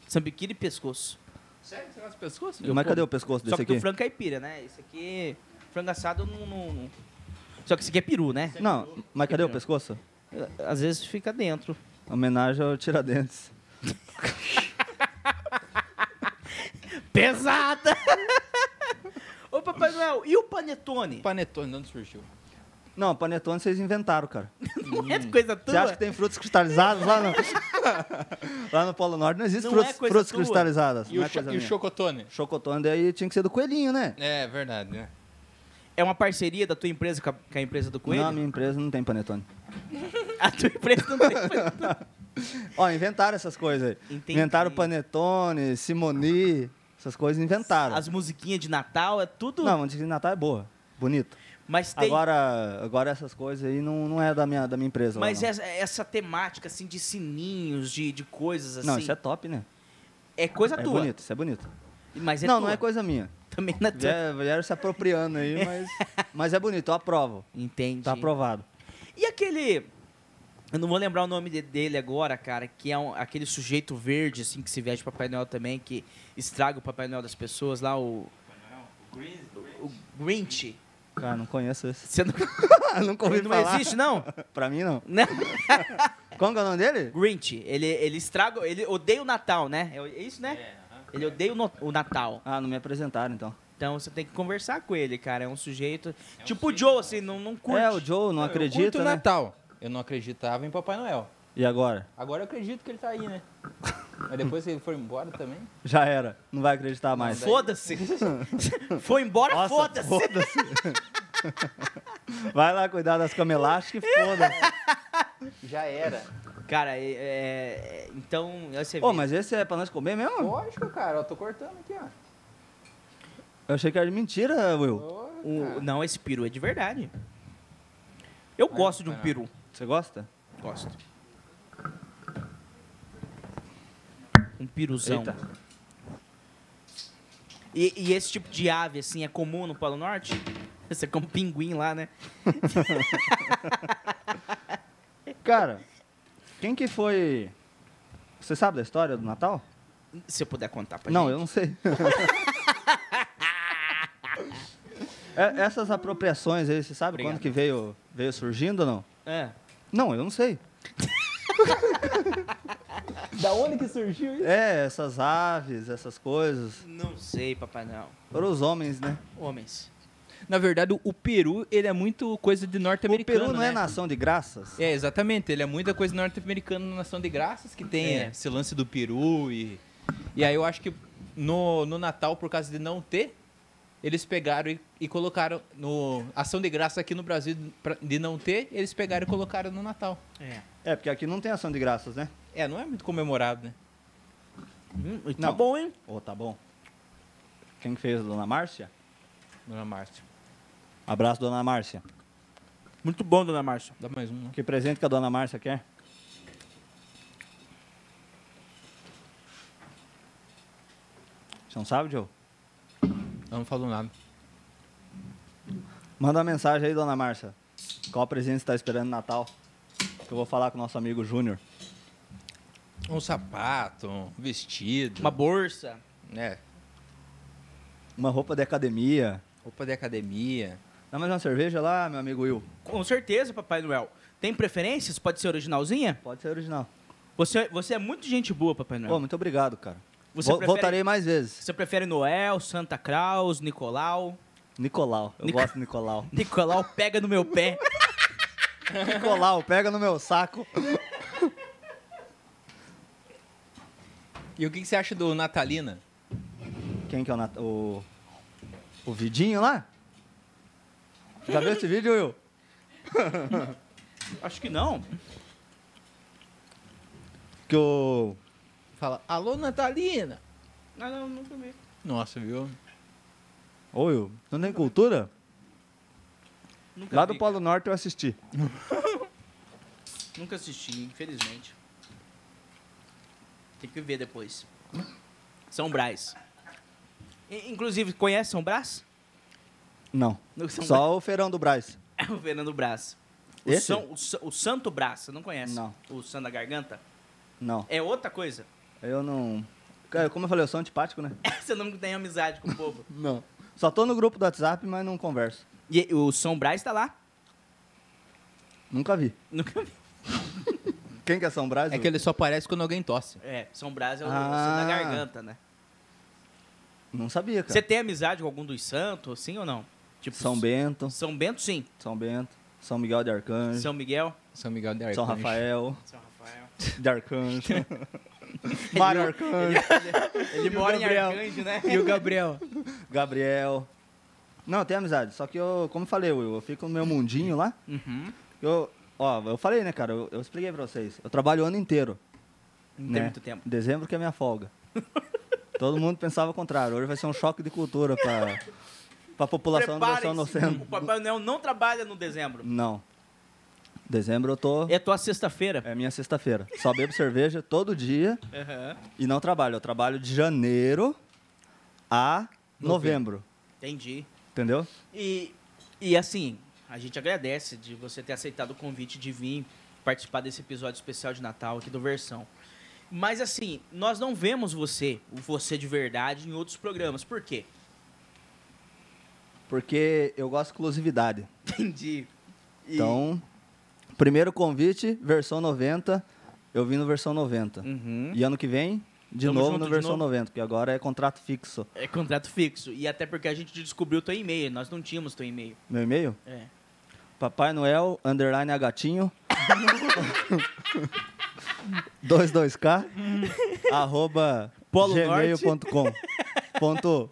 A: Sambiquira e pescoço.
B: Sério? Você gosta de pescoço?
C: Mas cadê o pescoço
A: Só
C: desse
A: que do
C: aqui?
A: frango caipira, né? Esse aqui, frango assado, não, não- não- Só que esse aqui é peru, né?
C: Não, mas cadê o pescoço?
A: Às vezes fica dentro.
C: Homenagem ao Tiradentes.
A: Pesada! Ô, Papai Noel, e o panetone?
B: Panetone, não surgiu.
C: Não, panetone vocês inventaram, cara.
A: Não é coisa
C: Hum. Você acha
A: tua?
C: que tem frutas cristalizadas lá no... lá no Polo Norte não existe
A: Não é
C: frutas,
A: coisa
C: frutas
A: tua.
C: cristalizadas.
B: E,
C: não
B: o,
C: é
B: cho-
C: coisa
B: e o
C: minha.
B: chocotone?
C: Chocotone daí tinha que ser do coelhinho, né?
B: É, verdade, né?
A: É uma parceria da tua empresa com a, com a empresa do Coelho?
C: Não, a minha empresa não tem panetone.
A: A tua empresa não tem panetone.
C: Ó, inventaram essas coisas aí.
A: Entendi.
C: Inventaram panetone, simoni, essas coisas inventaram.
A: As musiquinhas de Natal, é tudo...
C: Não, música de Natal é boa, bonito.
A: mas tem...
C: Agora, agora essas coisas aí não, não é da minha, da minha empresa. lá,
A: mas
C: não.
A: essa, essa temática, assim, de sininhos, de, de coisas, assim...
C: Não, isso é top, né?
A: é coisa
C: é
A: tua.
C: bonito, isso é bonito.
A: Mas é
C: não,
A: tua.
C: não é coisa minha.
A: Também não é tua.
C: Vier- Vieram se apropriando aí, mas, mas é bonito, eu aprovo.
A: Entendi.
C: Tá aprovado.
A: E aquele. Eu não vou lembrar o nome de- dele agora, cara, que é um- aquele sujeito verde, assim, que se veste de Papai Noel também, que estraga o Papai Noel das pessoas lá, o. O Grinch.
C: Cara, Ah, não conheço esse.
A: Você não,
C: Nunca ouvi
A: ele não
C: falar.
A: existe, não?
C: Pra mim, não.
A: Né?
C: Como que é o nome dele?
A: Grinch. Ele, ele estraga. Ele odeia o Natal, né? É o- é isso, né? Ele odeia o, no- o Natal.
C: Ah, não me apresentaram, então.
A: Então você tem que conversar com ele, cara. É um sujeito. tipo o Joe, assim, não, não curte.
C: É, o Joe, não
B: eu curto
C: acredita, né?
B: Natal. Eu não acreditava em Papai Noel.
C: E agora?
B: Agora eu acredito que ele tá aí, né? Mas depois que ele for embora também.
C: Já era. Não vai acreditar mais.
A: Foda-se. Foi embora,
C: Nossa,
A: foda-se.
C: foda-se. vai lá cuidar das camas elásticas e foda-se.
B: Já era.
A: Cara, é, é, é, então aí você
C: Ô,
A: vê.
C: mas esse é pra nós comer mesmo?
B: Lógico, cara. Eu tô cortando aqui, ó.
C: Eu achei que era de mentira, Will.
B: Ô, cara.
A: O- não, esse peru é de verdade. Eu gosto de um
B: não.
A: peru.
C: Você gosta?
A: Gosto. Um piruzão.
C: Eita.
A: E, e esse tipo de ave, assim, é comum no Polo Norte? Você come pinguim lá, né?
C: Cara, quem que foi... Você sabe da história do Natal?
A: Se eu puder contar pra
C: não,
A: gente.
C: eu não sei. É, essas apropriações aí, você sabe
A: Obrigado.
C: quando que veio, veio surgindo ou não?
A: É.
C: Não, eu não sei.
B: Da onde que surgiu isso?
C: É, essas aves, essas coisas.
A: Não sei, papai, não.
C: Foram os homens, né?
A: Homens.
B: Na verdade, o Peru, ele é muito coisa de
C: O
B: norte-americano,
C: Peru não
B: né?
C: é nação de graças?
B: É, exatamente. Ele é muita coisa norte-americana na Nação de Graças, que tem
A: É.
B: esse lance do peru e... E aí eu acho que no, no Natal, por causa de não ter, eles pegaram e, e colocaram no... Ação de Graça aqui no Brasil, pra- de não ter, eles pegaram e colocaram no Natal.
A: É.
C: É, porque aqui não tem ação de graças, né?
B: É, não é muito comemorado, né?
A: Hum, e tá
C: Não.
A: bom, hein?
C: Ô, tá bom. Quem que fez? Dona Márcia?
B: Dona Márcia.
C: Abraço, Dona Márcia.
A: Muito bom, dona Márcia.
B: Dá mais um, né?
C: Que presente que a Dona Márcia quer? Você não sabe, Joe?
B: Eu não falo nada.
C: Manda uma mensagem aí, Dona Márcia. Qual presente você tá esperando no Natal? Que eu vou falar com o nosso amigo Júnior.
B: Um sapato, um vestido.
A: Uma bolsa.
B: É,
C: Uma roupa de academia.
B: roupa de academia.
C: Dá mais uma cerveja lá, meu amigo Will?
A: Com certeza, Papai Noel. Tem preferências? Pode ser originalzinha?
C: Pode ser original.
A: Você, você é muito gente boa, Papai Noel.
C: Pô, muito obrigado, cara.
A: É. Você
C: Vol-
A: prefere-
C: Voltarei mais vezes.
A: Você prefere Noel, Santa Claus, Nicolau?
C: Nicolau. Eu
A: Nico-
C: gosto de Nicolau.
A: Nicolau pega no meu pé.
C: Nicolau, pega no meu saco.
B: E o que, que você acha do Natalina?
C: Quem que é o Nat... O, o Vidinho lá? Já viu esse vídeo, Will?
A: Acho que não.
C: Que o...
B: Fala, alô, Natalina!
A: Não, Ah, não, nunca vi.
B: Nossa, viu?
C: Ô, Will, não tem cultura?
A: Nunca
C: Lá
A: vi,
C: do Polo Norte eu assisti.
A: cara. Nunca assisti, infelizmente. Tem que ver depois. São Brás. I- Inclusive, conhece São Brás?
C: Não.
A: No São
C: Só o Feirão do Brás.
A: É o Fernando Brás. O,
C: Esse?
A: São- o Sa- o Santo Brás, você não conhece?
C: Não.
A: O Santo da Garganta?
C: Não.
A: É outra coisa.
C: Eu não... Cara, Como eu falei, eu sou antipático, né?
A: você não tem amizade com o povo.
C: Não. Só tô no grupo do WhatsApp, mas não converso.
A: E o São Brás tá lá.
C: Nunca vi.
A: Nunca vi.
C: Quem que é São Brás?
B: É
C: Will?
B: que ele só aparece quando alguém tosse.
A: É, São Brás é o,
C: Ah.
A: o Santo da Garganta, né?
C: Não sabia, cara.
A: Você tem amizade com algum dos santos, sim ou não? Tipo,
C: São Bento,
A: São Bento, sim.
C: São Bento, São Miguel de Arcanjo, São,
A: São Miguel.
B: São Miguel de Arcanjo.
C: Rafael
A: São Rafael.
C: de Arcanjo, Mário Arcanjo,
A: Ele
C: E o
A: mora
C: Gabriel?
A: em Arcanjo, né?
B: E o Gabriel?
C: Gabriel. Não, tem amizade. Só que eu, como eu falei, Will, eu fico no meu mundinho lá.
A: Uhum.
C: Eu, ó, eu falei, né, cara? Eu, eu expliquei pra vocês. Eu trabalho o ano inteiro.
A: Não
C: né?
A: tem muito tempo.
C: Dezembro que é minha folga. Todo mundo pensava o contrário. Hoje vai ser um choque de cultura pra, pra população do São
A: Preparem-se.
C: Inocente.
A: O Papai Noel não trabalha no dezembro.
C: Não. Dezembro eu tô.
A: É tua sexta-feira.
C: É minha sexta-feira. Só bebo cerveja todo dia
A: Aham.
C: e não trabalho. Eu trabalho de janeiro a novembro.
A: Entendi.
C: Entendeu?
A: E, e assim, a gente agradece de você ter aceitado o convite de vir participar desse episódio especial de Natal aqui do Versão. Mas assim, nós não vemos você, o você de verdade, em outros programas. Por quê?
C: Porque eu gosto de exclusividade.
A: Entendi. E-
C: Então, primeiro convite, versão 90. Eu vim no versão 90.
A: Uhum.
C: E ano que vem, de
A: Tamo
C: novo
A: junto
C: no
A: de
C: versão
A: novo.
C: 90, porque agora é contrato fixo.
A: É contrato fixo. E até porque a gente descobriu teu e-mail. Nós não tínhamos teu e-mail.
C: Meu e-mail?
A: É.
C: Papai Noel, underline a gatinho. 22k, arroba
A: Hum. Polo
C: gmail.com. Ponto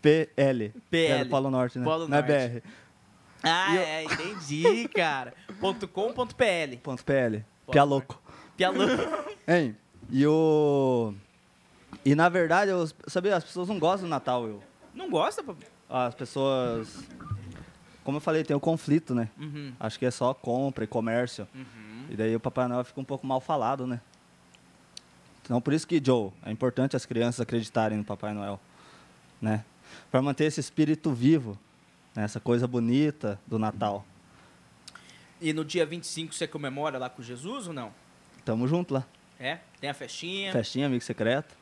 C: PL.
A: PL.
C: É do Polo Norte, né?
A: Polo
C: Não é
A: Norte.
C: BR.
A: Ah,
C: E eu-
A: é, entendi, cara. ponto .com, ponto .pl.
C: Ponto PL.
A: Polo
C: Pia
A: Norte.
C: louco.
A: Pialão.
C: Hein? E o. E na verdade, eu sabia, as pessoas não gostam do Natal, eu.
A: Não gosta? pô?
C: As pessoas. Como eu falei, tem o conflito, né?
A: Uhum.
C: Acho que é só compra e comércio. E daí o Papai Noel fica um pouco mal falado, né? Então por isso que, Joe, é importante as crianças acreditarem no Papai Noel, né? Para manter esse espírito vivo, né? essa coisa bonita do Natal.
A: E no dia 25 você comemora lá com Jesus ou não?
C: Tamo junto lá.
A: É? Tem a festinha.
C: Festinha, amigo secreto.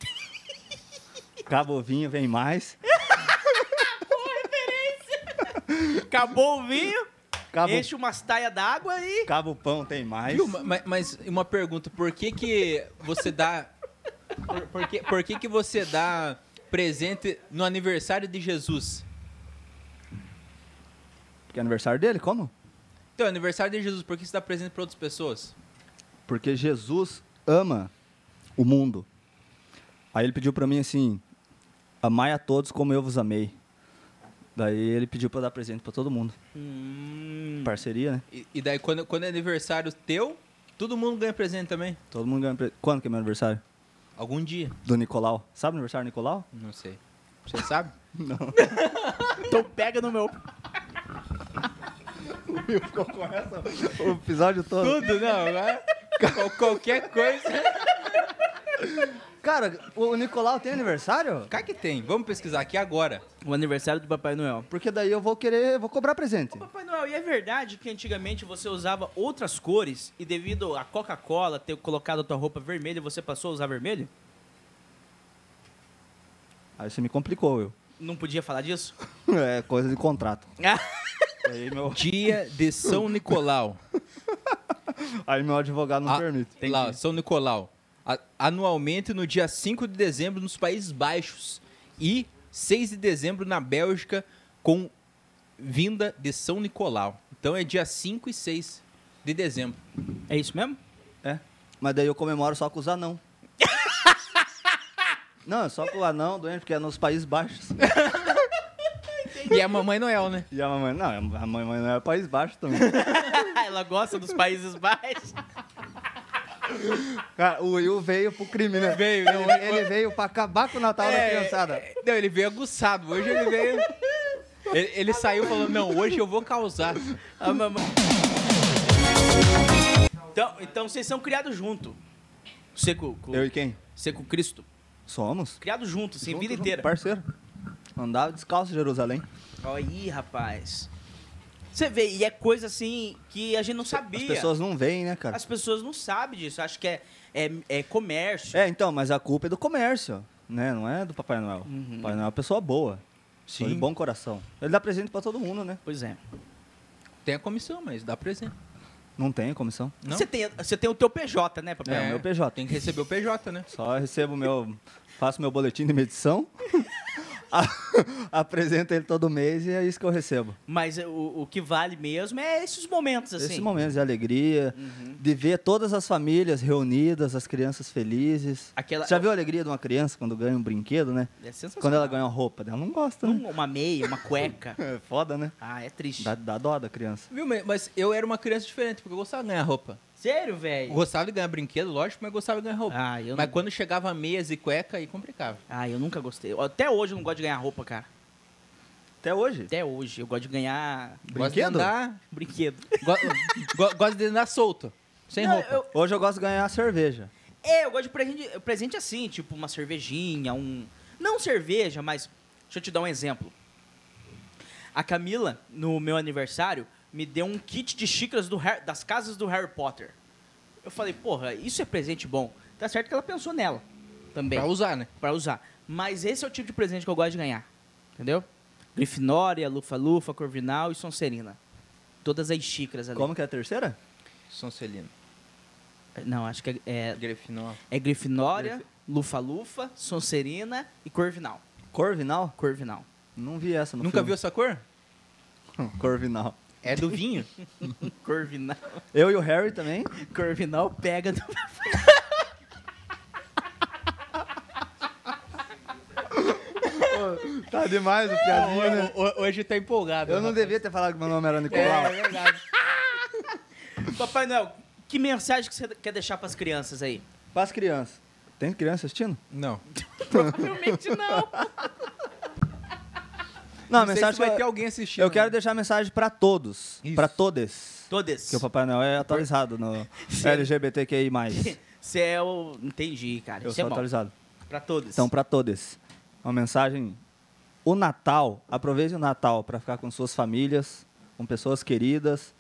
C: Cabo vinho, vem mais.
A: Acabou o vinho,
C: Cabo,
A: enche umas taias d'água e.
C: cabo pão, tem mais.
B: Viu? Ma- ma- Mas, uma pergunta, por que que você dá... Por, por que, por que que você dá presente no aniversário de Jesus?
C: Porque é aniversário dele, como?
B: Então, aniversário de Jesus, por que você dá presente para outras pessoas?
C: Porque Jesus ama o mundo. Aí ele pediu para mim assim: amai a todos como eu vos amei. Daí ele pediu para dar presente para todo mundo.
A: Hum,
C: Parceria, né?
B: E, e daí, quando, quando é aniversário teu, todo mundo ganha presente também?
C: Todo mundo ganha presente. Quando que é meu aniversário?
B: Algum dia.
C: Do Nicolau. Sabe o aniversário do Nicolau?
B: Não sei. Você sabe?
A: então pega no meu.
C: Ficou com essa o episódio todo.
B: Tudo, não. né? Agora, qual- qualquer coisa.
C: Cara, o Nicolau tem aniversário?
B: Cá que tem. Vamos pesquisar aqui agora.
A: O aniversário do Papai Noel.
C: Porque daí eu vou querer, vou cobrar presente.
A: Papai Noel, e é verdade que antigamente você usava outras cores e devido à Coca-Cola ter colocado a tua roupa vermelha, você passou a usar vermelho?
C: Aí você me complicou, eu.
A: Não podia falar disso?
C: É coisa de contrato. Aí meu,
B: Dia de São Nicolau.
C: aí meu advogado não
B: Ah,
C: permite.
B: Lá, São Nicolau. A- anualmente no dia 5 de dezembro nos Países Baixos e 6 de dezembro na Bélgica com vinda de São Nicolau. Então é dia 5 e 6 de dezembro.
A: é isso mesmo?
C: É. Mas daí eu comemoro só com os anão. não, é só com o anão doente, porque é nos Países Baixos.
B: E é a Mamãe Noel, né?
C: E a mamãe, não, a mamãe não é País Baixo também.
A: Ela gosta dos Países Baixos.
C: Cara, o Will veio pro crime, né?
B: Veio, não,
C: ele, ele veio pra acabar com o Natal
B: É,
C: da criançada.
B: Não, ele veio aguçado. Hoje ele veio. Ele, ele saiu falando: Não, hoje eu vou causar.
A: A mamãe. Então, então vocês são criados junto. Você com, com,
C: Eu e quem?
A: você com Cristo.
C: Somos.
A: Criado junto, assim,
C: Junto,
A: vida
C: junto,
A: inteira.
C: Parceiro. Andava descalço em Jerusalém.
A: Olha aí, rapaz. Você vê, e é coisa assim que a gente não sabia.
C: As pessoas não veem, né, cara?
A: As pessoas não sabem disso. Acho que é, é, é comércio.
C: É, então, mas a culpa é do comércio, né? Não é do Papai Noel.
A: Uhum.
C: Papai Noel é uma pessoa boa. Sim. De
B: Sim.
C: bom coração. Ele dá presente pra todo mundo, né?
A: Pois é.
B: Tem a comissão, mas dá presente.
C: Não tem comissão.
B: Não?
A: Você tem, você tem o teu PJ, né, papai?
C: É, o meu PJ.
B: Tem que receber o PJ, né?
C: Só recebo meu. faço meu boletim de medição. a- apresento ele todo mês e é isso que eu recebo.
A: Mas o, o que vale mesmo é esses momentos, assim.
C: Esse momento de alegria, de ver todas as famílias reunidas, as crianças felizes.
A: Aquela-
C: Você já viu a alegria de uma criança quando ganha um brinquedo, né?
A: É sensacional.
C: Quando ela ganha uma roupa, ela não
B: Tá.
C: gosta, né?
A: Um- Uma meia, uma cueca.
C: É foda, né?
A: Ah, é triste.
C: Dá, dá dó da criança.
B: Viu, mas- mas eu era uma criança diferente, porque eu gostava de ganhar roupa.
A: Sério,
B: Eu
A: velho?
B: gostava de ganhar brinquedo, lógico, mas gostava de ganhar roupa.
A: Ah, eu
B: mas
A: não-
B: quando chegava meias e cueca, aí complicava.
A: Ah, eu nunca gostei. Até hoje eu não gosto de ganhar roupa, cara.
C: Até hoje.
A: Até hoje. Eu gosto de ganhar
B: Gosto de
C: Brinquedo?
B: andar,
A: brinquedo.
B: go- go- gosto de andar solto, sem
A: Não,
B: roupa.
A: eu-
C: Hoje eu gosto de ganhar cerveja.
A: é, eu gosto de presente, presente assim, tipo uma cervejinha, um. Não cerveja, mas. Deixa eu te dar um exemplo. A Camila, no meu aniversário, me deu um kit de xícaras do Har- das casas do Harry Potter. Eu falei, porra, isso é presente bom. Tá certo que ela pensou nela também.
B: Pra usar, né?
A: Pra usar. Mas esse é o tipo de presente que eu gosto de ganhar. Entendeu? Grifinória, Lufa-Lufa, Corvinal e Sonserina. Todas as xícaras ali.
C: Como que é a terceira?
B: Sonselino,
A: Não, acho que é, é,
B: Grefinó.
A: é Grifinória, Lufa-Lufa, Sonserina e Corvinal.
C: Corvinal?
A: Corvinal.
C: Não vi essa no
B: Nunca viu
C: filme.
B: essa cor?
C: viu? Corvinal.
B: É do vinho.
A: Corvinal.
C: Eu e o Harry também.
A: Corvinal pega do...
C: Tá demais o piadinho, né?
B: Ho- ho- Hoje tá empolgado.
C: Eu não
B: rapaz.
C: devia ter falado que meu nome era
B: É,
C: Nicolau.
B: é verdade.
A: Papai Noel, que mensagem que você quer deixar pras crianças aí?
C: Para as crianças. Tem criança assistindo?
B: Não.
A: Provavelmente não.
C: Não, a
B: sei se
C: mensagem
B: vai
C: que
B: ter
C: eu,
B: alguém assistindo. né?
C: eu quero deixar a mensagem para todos.
B: Isso.
C: Para todes.
A: Todas.
C: Que o Papai Noel é atualizado no LGBTQI+.
A: Você é o... Entendi, cara.
C: Eu
A: Isso é
C: sou
A: bom.
C: atualizado.
A: Pra todas.
C: Então, para todos. Uma mensagem. O Natal, aproveite o Natal para ficar com suas famílias, com pessoas queridas,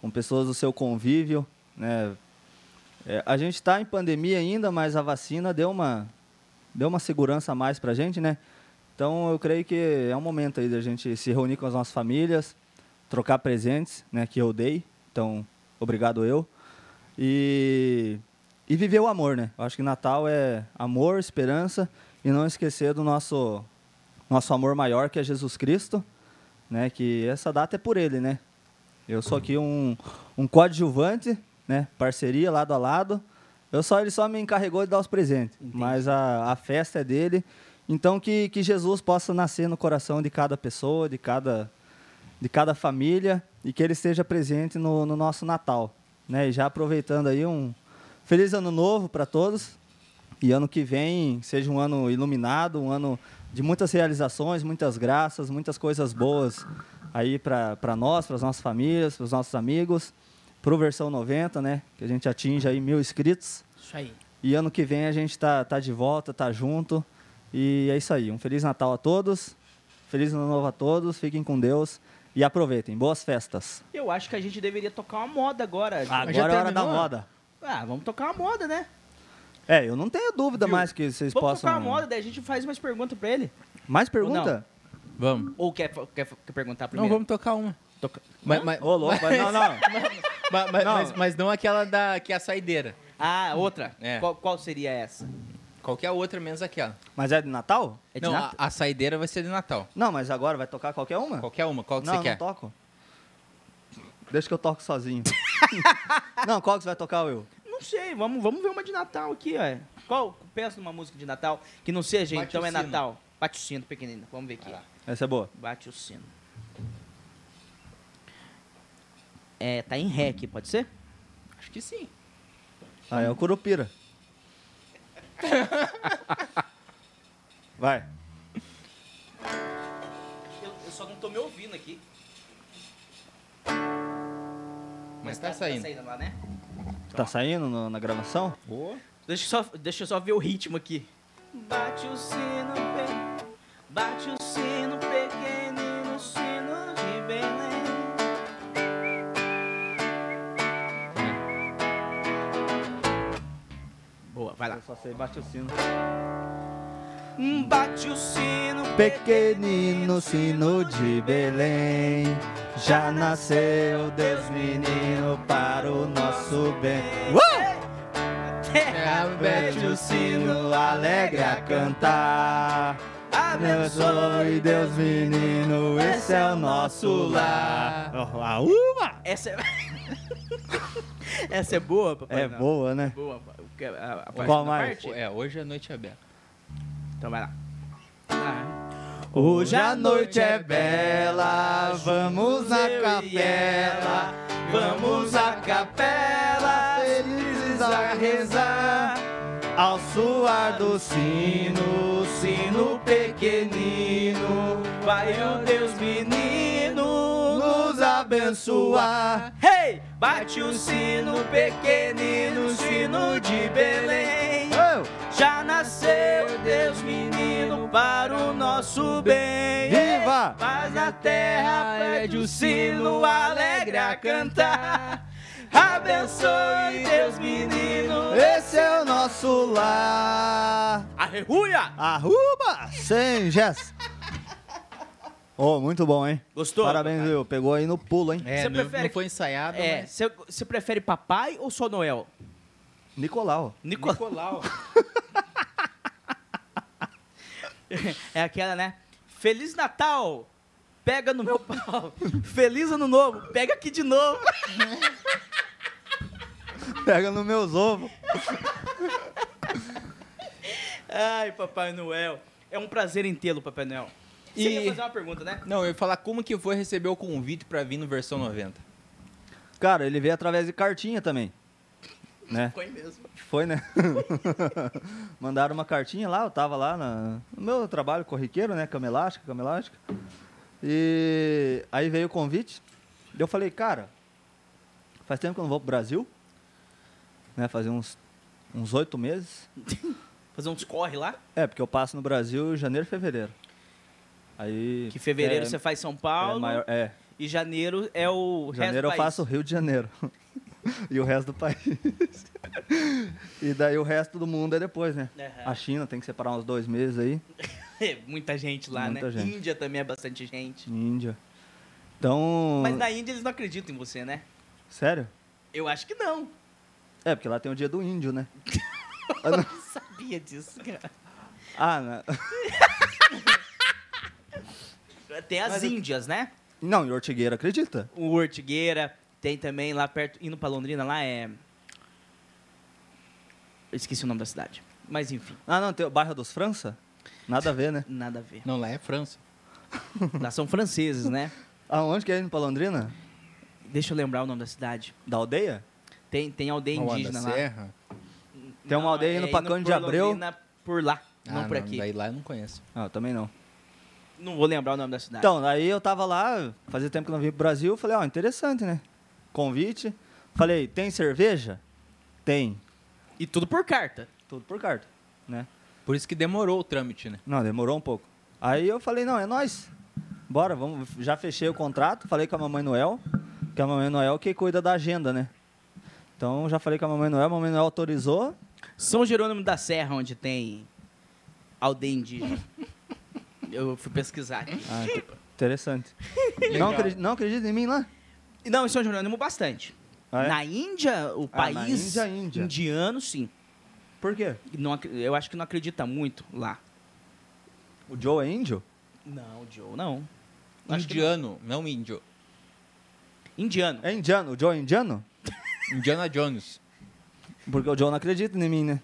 C: com pessoas do seu convívio. Né? É, a gente está em pandemia ainda, mas a vacina deu uma, deu uma segurança a mais para a gente, né? Então, eu creio que é um momento aí da gente se reunir com as nossas famílias, trocar presentes, né, que eu dei. Então, obrigado eu. E, e viver o amor, né? Eu acho que Natal é amor, esperança e não esquecer do nosso, nosso amor maior, que é Jesus Cristo. né? Que essa data é por ele, né? Eu sou aqui um, um coadjuvante, né? Parceria lado a lado. Eu só, ele só me encarregou de dar os presentes. Mas a, a festa é dele. Então que, que Jesus possa nascer no coração de cada pessoa, de cada, de cada família e que ele esteja presente no, no nosso Natal. Né? E já aproveitando aí um feliz ano novo para todos. E ano que vem seja um ano iluminado, um ano de muitas realizações, muitas graças, muitas coisas boas aí para pra nós, para as nossas famílias, para os nossos amigos, para o Versão 90, né? Que a gente atinja aí mil inscritos.
D: Isso aí.
C: E ano que vem a gente tá, tá de volta, tá junto. E é isso aí. Um Feliz Natal a todos. Feliz Ano Novo a todos. Fiquem com Deus. E aproveitem. Boas festas.
A: Eu acho que a gente deveria tocar uma moda agora.
C: Agora
D: Mas já
C: é hora da
D: terminou?
C: moda.
A: Ah, vamos tocar uma moda, né?
C: É, eu não tenho dúvida mais que vocês
A: Vamos
C: possam.
A: tocar uma moda, daí a gente faz mais perguntas pra ele.
C: Mais pergunta?
B: Vamos.
A: Ou quer, quer, quer perguntar
B: Não,
A: primeiro?
B: vamos tocar uma.
A: Toca-
B: Mas, mas,
C: Ô, louco, mas não, não.
B: mas- mas-
C: Não.
B: mas- mas não aquela da, que é a saideira.
A: Ah, outra.
B: É.
A: Qual, qual seria essa?
B: Qualquer é outra, menos aquela.
C: Mas é de Natal?
A: É de
B: não,
A: Natal?
B: a, a saideira vai ser de Natal.
C: Não, mas agora vai tocar qualquer uma?
B: Qualquer uma, qual que
C: não,
B: você quer?
C: não toco. Deixa que eu toco sozinho. não, qual que você vai tocar, Will?
A: Não sei, vamos, vamos ver uma de Natal aqui, ó. Qual? Pensa numa música de Natal que não seja
B: Bate
A: Então
B: o
A: é
B: sino.
A: Natal. Bate o sino, pequenino. Vamos ver aqui.
C: Essa é boa.
A: Bate o sino. É, tá em ré aqui, pode ser?
B: Acho que sim.
C: Ah, é o Curupira. Vai.
A: Eu, só não tô me ouvindo aqui.
B: Mas tá saindo.
A: lá, né?
C: Tá saindo no- na gravação?
A: Deixa eu só, deixa eu só ver o ritmo aqui. Bate o sino, pe... bate o sino pequenino, sino de Belém. Boa, vai lá.
C: Eu só sei bate o sino.
A: Bate o sino,
C: Pequenino sino de Belém, já nasceu Deus menino para o nosso bem. Bate o sino, alegre a cantar. Abençoe Deus menino, esse é o nosso lar. uma!
A: Essa é... Essa é boa, papai?
C: É
A: Noel?
C: boa, né?
A: Boa. pa- o que- a- a
C: Qual
A: parte-
C: mais?
A: parte?
B: É, hoje a noite é aberta.
A: Então vai lá. Ah.
C: Hoje a noite é bela, vamos na
A: Eu e
C: capela, vamos à capela, felizes a rezar. Ao suar do sino, sino pequenino,
A: Vai o Deus menino
C: nos abençoar.
A: Hey! Bate o sino pequenino, sino de Belém.
C: Oh,
A: Já nasceu Deus menino para o nosso bem.
C: Viva!
A: Faz a terra, pede o é um sino alegre a cantar. Abençoe Deus menino.
C: esse é o nosso lar.
A: Arreruia!
C: Arruba! Sem gesso. Oh, muito bom, hein?
A: Gostou?
C: Parabéns,
A: papai?
C: Will. Pegou aí no pulo, hein?
B: É,
A: Você
B: não,
A: prefere
B: não foi ensaiado,
A: É,
B: mas...
A: você você prefere papai ou só Noel?
C: Nicolau.
A: Nicolau.
B: Nicolau.
A: É aquela, né? Feliz Natal! Pega no meu pau. Feliz Ano Novo! Pega aqui de novo!
C: Pega nos meus ovos.
A: Ai, Papai Noel. É um prazer em tê-lo, Papai Noel. Você
B: E-
A: ia fazer uma pergunta, né?
B: Não, eu ia falar como que foi receber o convite pra vir no versão 90.
C: Cara, ele veio através de cartinha também. Né?
A: Foi mesmo.
C: Foi, né? Mandaram uma cartinha lá, eu tava lá na- no meu trabalho corriqueiro, né? Cama elástica, cama elástica. E aí veio o convite. Daí Eu falei, cara, faz tempo que eu não vou pro Brasil. Né? Fazia uns uns oito meses.
A: Fazer uns corre lá.
C: É, porque eu passo no Brasil em janeiro e fevereiro. Aí.
A: Que fevereiro
C: é-
A: você faz São
C: é,
A: Paulo
C: maior, é,
A: e janeiro é o resto do
C: janeiro eu
A: país.
C: faço Rio de Janeiro. e o resto do país. e daí o resto do mundo é depois, né?
A: Aham.
C: A China tem que separar uns dois meses aí.
A: É, Muita gente lá,
C: Muita
A: né?
C: gente.
A: Índia também é bastante gente.
C: Índia. Então.
A: Mas na Índia eles não acreditam em você, né?
C: Sério?
A: Eu acho que não.
C: É, porque lá tem o dia do índio, né?
A: Eu sabia disso, cara.
C: Ah, na-
A: Tem as
C: Mas eu-
A: Índias, né?
C: Não, e Ortigueira acredita.
A: O Ortigueira, tem também lá perto, indo pra Londrina, lá é. Eu esqueci o nome da cidade. Mas enfim,
C: Ah, não, tem o bairro dos França? Nada a ver, né?
A: nada a ver.
B: Não, lá é França.
A: Lá são franceses, né?
C: Aonde que é indo pra Londrina?
A: Deixa eu lembrar o nome da cidade.
C: Da aldeia?
A: Tem, tem aldeia
B: Mauá da
A: indígena lá.
B: Serra?
C: Tem uma aldeia indo pra Cândido de
A: por
C: Abreu.
A: Londrina, Por lá, não
B: Ah,
A: por aqui.
B: Daí lá eu não conheço.
C: Ah, eu também não.
A: Não vou lembrar o nome da cidade.
C: Então, aí eu tava lá, fazia tempo que eu não vim pro Brasil, falei, ó, interessante, né? Convite. Falei, tem cerveja? Tem.
A: E tudo por carta.
C: Tudo por carta, né?
B: Por isso que demorou o trâmite, né?
C: Não, demorou um pouco. Aí eu falei, não, é nós. Bora, vamos. Já fechei o contrato, falei com a mamãe Noel, que a mamãe Noel que cuida da agenda, né? Então já falei com a mamãe Noel, a mamãe Noel autorizou.
A: São Jerônimo da Serra, onde tem aldeia indígena. Eu fui pesquisar aqui.
C: Ah, int- interessante. não, acredi- não acredita em mim lá?
A: E Não, em São Jerônimo, bastante.
C: Ah, é?
A: Na Índia, o
C: Ah, na
A: país
C: Índia, Índia.
A: indiano, sim.
C: Por quê?
A: E não ac- eu acho que não acredita muito lá.
C: O Joe é índio?
A: Não, Joe, não. Acho que
B: Indiano, não índio.
A: Indiano.
C: É indiano, o Joe é indiano?
B: Indiana Jones.
C: Porque o Joe não acredita em mim, né?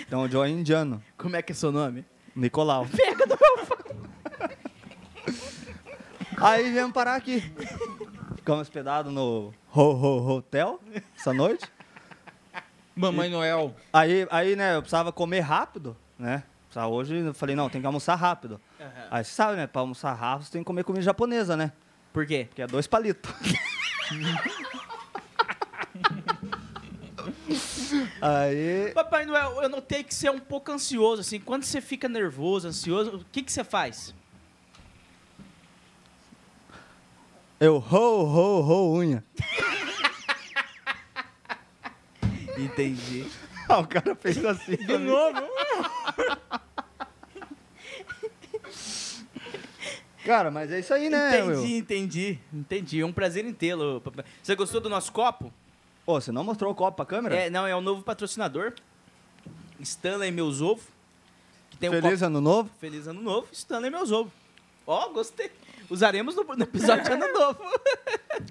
C: Então o Joe é indiano.
A: Como é que é seu nome?
C: Nicolau. Pega do meu Aí viemos parar aqui. Ficamos hospedados no Ho Ho Hotel essa noite.
B: Mamãe Noel.
C: Aí, aí, né, eu precisava comer rápido, né? Precisava Hoje eu falei, não, tem que almoçar rápido. Aí você sabe, né? Pra almoçar rápido, você tem que comer comida japonesa, né?
A: Por quê?
C: Porque é dois palitos. aí.
A: Papai Noel, eu notei que você é um pouco ansioso, assim. Quando você fica nervoso, ansioso, o que, que você faz?
C: Eu ho, ho, ho, unha.
A: Entendi.
C: Ah, o cara fez assim.
A: De novo?
C: Cara, mas é isso aí, né, Will?
A: entendi, entendi. Entendi. É um prazer em tê-lo, papai. Você gostou do nosso copo?
C: Ô, você não mostrou o copo pra câmera?
A: É, não, é o novo patrocinador. Stanley Meus Ovo. Que tem um
C: Feliz ano novo?
A: copo Feliz Ano Novo, Stanley Meus Ovo. Ó, gostei. Usaremos no, no episódio de Ano Novo.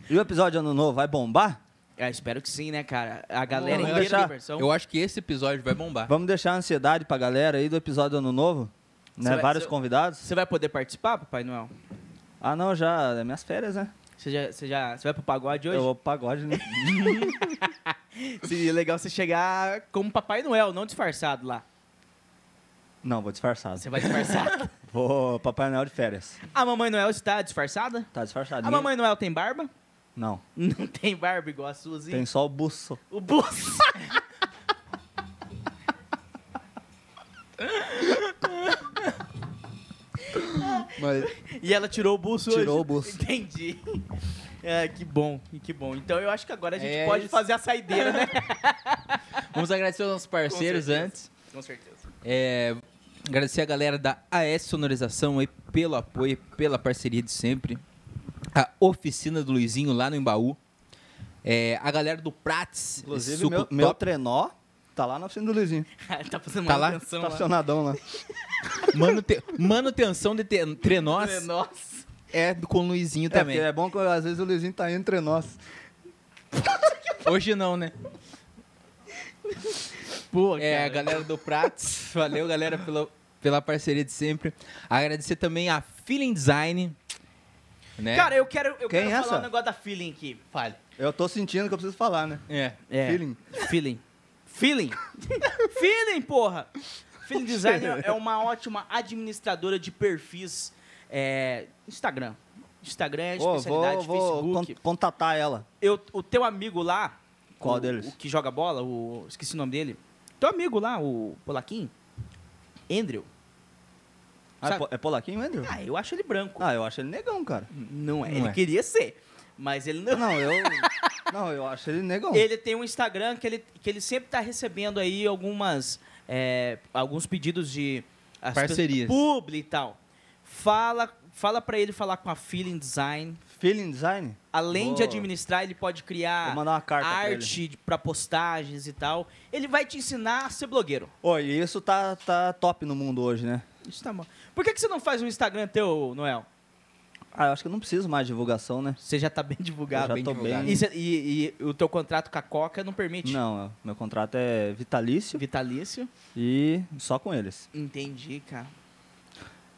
C: E o episódio de ano novo vai bombar?
A: Ah, espero que sim, né, cara? A galera
C: Vamos
A: inteira
C: deixar-
A: de diversão.
B: Eu acho que esse episódio vai bombar.
C: Vamos deixar a ansiedade pra galera aí do episódio do ano novo?
A: Você
C: Né?
A: vai-
C: Vários
A: você-
C: convidados.
A: Você vai poder participar, Papai Noel?
C: Ah, não, já. É minhas férias, né?
A: Você já, você já, você vai pro pagode hoje?
C: Eu vou pro pagode, né?
A: Seria é legal você chegar como Papai Noel, não disfarçado lá.
C: não, vou disfarçado.
A: Você vai disfarçado.
C: Vou Papai Noel de férias.
A: a Mamãe Noel está disfarçada?
C: Tá disfarçado.
A: A Mamãe Noel tem barba?
C: Não.
A: Não tem barba igual a Suzy.
C: Tem só o buço.
A: O buço.
C: Mas
A: E ela tirou o buço hoje.
C: Tirou o buço.
A: Entendi. É, que bom, que bom. Então eu acho que agora a gente
B: É
A: pode
B: isso.
A: fazer a saideira, né?
B: Vamos agradecer aos nossos parceiros
A: certeza.
B: antes.
A: Com certeza.
B: É, agradecer a galera da AS Sonorização aí pelo apoio, pela parceria de sempre. A oficina do Luizinho lá no Embaú. É, a galera do Prates, esse
C: Inclusive,
B: suco
C: meu,
B: top.
C: meu trenó tá lá na oficina do Luizinho.
A: tá fazendo
B: Tá
A: uma
B: lá?
A: manutenção
C: Tá acionadão lá.
B: Manute- manutenção de te- trenós
A: lá. Nossa.
B: é com o Luizinho
C: É,
B: também.
C: porque é bom que às vezes o Luizinho tá entre nós.
B: Hoje não, né?
A: Pô,
B: É, a
A: cara.
B: galera do Prates, valeu galera pela, pela parceria de sempre. Agradecer também a Feeling Design. Né?
A: Cara, eu quero, eu
C: Quem
A: quero
C: é
A: falar
C: essa?
A: um negócio da feeling aqui. Fale.
C: Eu tô sentindo que eu preciso falar, né?
B: É.
A: É.
C: Feeling.
A: Feeling. Feeling. feeling, porra. Feeling Design é uma ótima administradora de perfis é, Instagram. Instagram é
C: Ô,
A: especialidade,
C: vou vou
A: Facebook.
C: con- contatar ela.
A: Eu, o teu amigo lá.
C: Qual
A: o,
C: deles?
A: O que joga bola, o. Esqueci o nome dele. Teu amigo lá, o Polaquim? Andrew.
C: Ah, é
A: Sabe-
C: po- é polaquinho, Andrew?
A: Ah, eu acho ele branco.
C: Ah, eu acho ele negão, cara.
A: Não é.
B: Não
A: ele
B: é.
A: queria ser. Mas ele não.
C: Não, eu. Não, eu acho ele negão.
A: Ele tem um Instagram que ele, que ele sempre tá recebendo aí algumas. é, alguns pedidos de. as pessoas-
B: Parcerias.
A: Publi e tal. Fala, fala para ele falar com a Feeling Design.
C: Feeling design?
A: Além de
C: Boa.
A: administrar, ele pode criar
C: Vou mandar uma carta pra
A: arte para postagens e tal. Ele vai te ensinar a ser blogueiro.
C: Oi, e isso tá, tá top no mundo hoje, né?
A: Isso tá bom. Por que, que você não faz um Instagram teu, Noel?
C: Ah, eu acho que eu não preciso mais de divulgação, né?
A: Você já tá bem divulgado.
C: Eu já tô
B: divulgado.
C: bem.
A: E, cê- e- e o teu contrato com a Coca não permite?
C: Não, meu contrato é vitalício
A: Vitalício?
C: e só com eles.
A: Entendi, cara.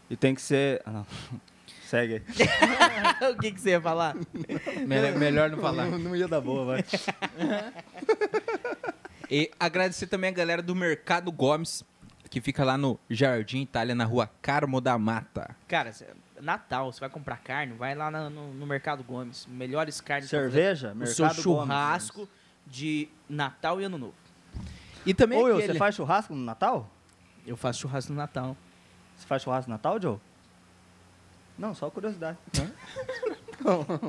C: E tem que ser. Ah, não. Segue aí.
A: o que, que você ia falar?
B: Melhor, melhor não falar.
C: Não, não ia dar boa, vai.
B: E agradecer também a galera do Mercado Gomes, que fica lá no Jardim Itália, na rua Carmo da Mata.
A: Cara, cê- Natal, você vai comprar carne, vai lá na- no, no Mercado Gomes. Melhores carnes. pra fazer
C: Cerveja,
A: O
C: mercado
A: seu
C: Gomes. né?
A: churrasco de Natal e Ano Novo.
B: E também
C: Ô, Will,
B: aquele-
C: você faz churrasco no Natal?
A: Eu faço churrasco no Natal.
C: Você faz churrasco no Natal, Joe? Não, só curiosidade.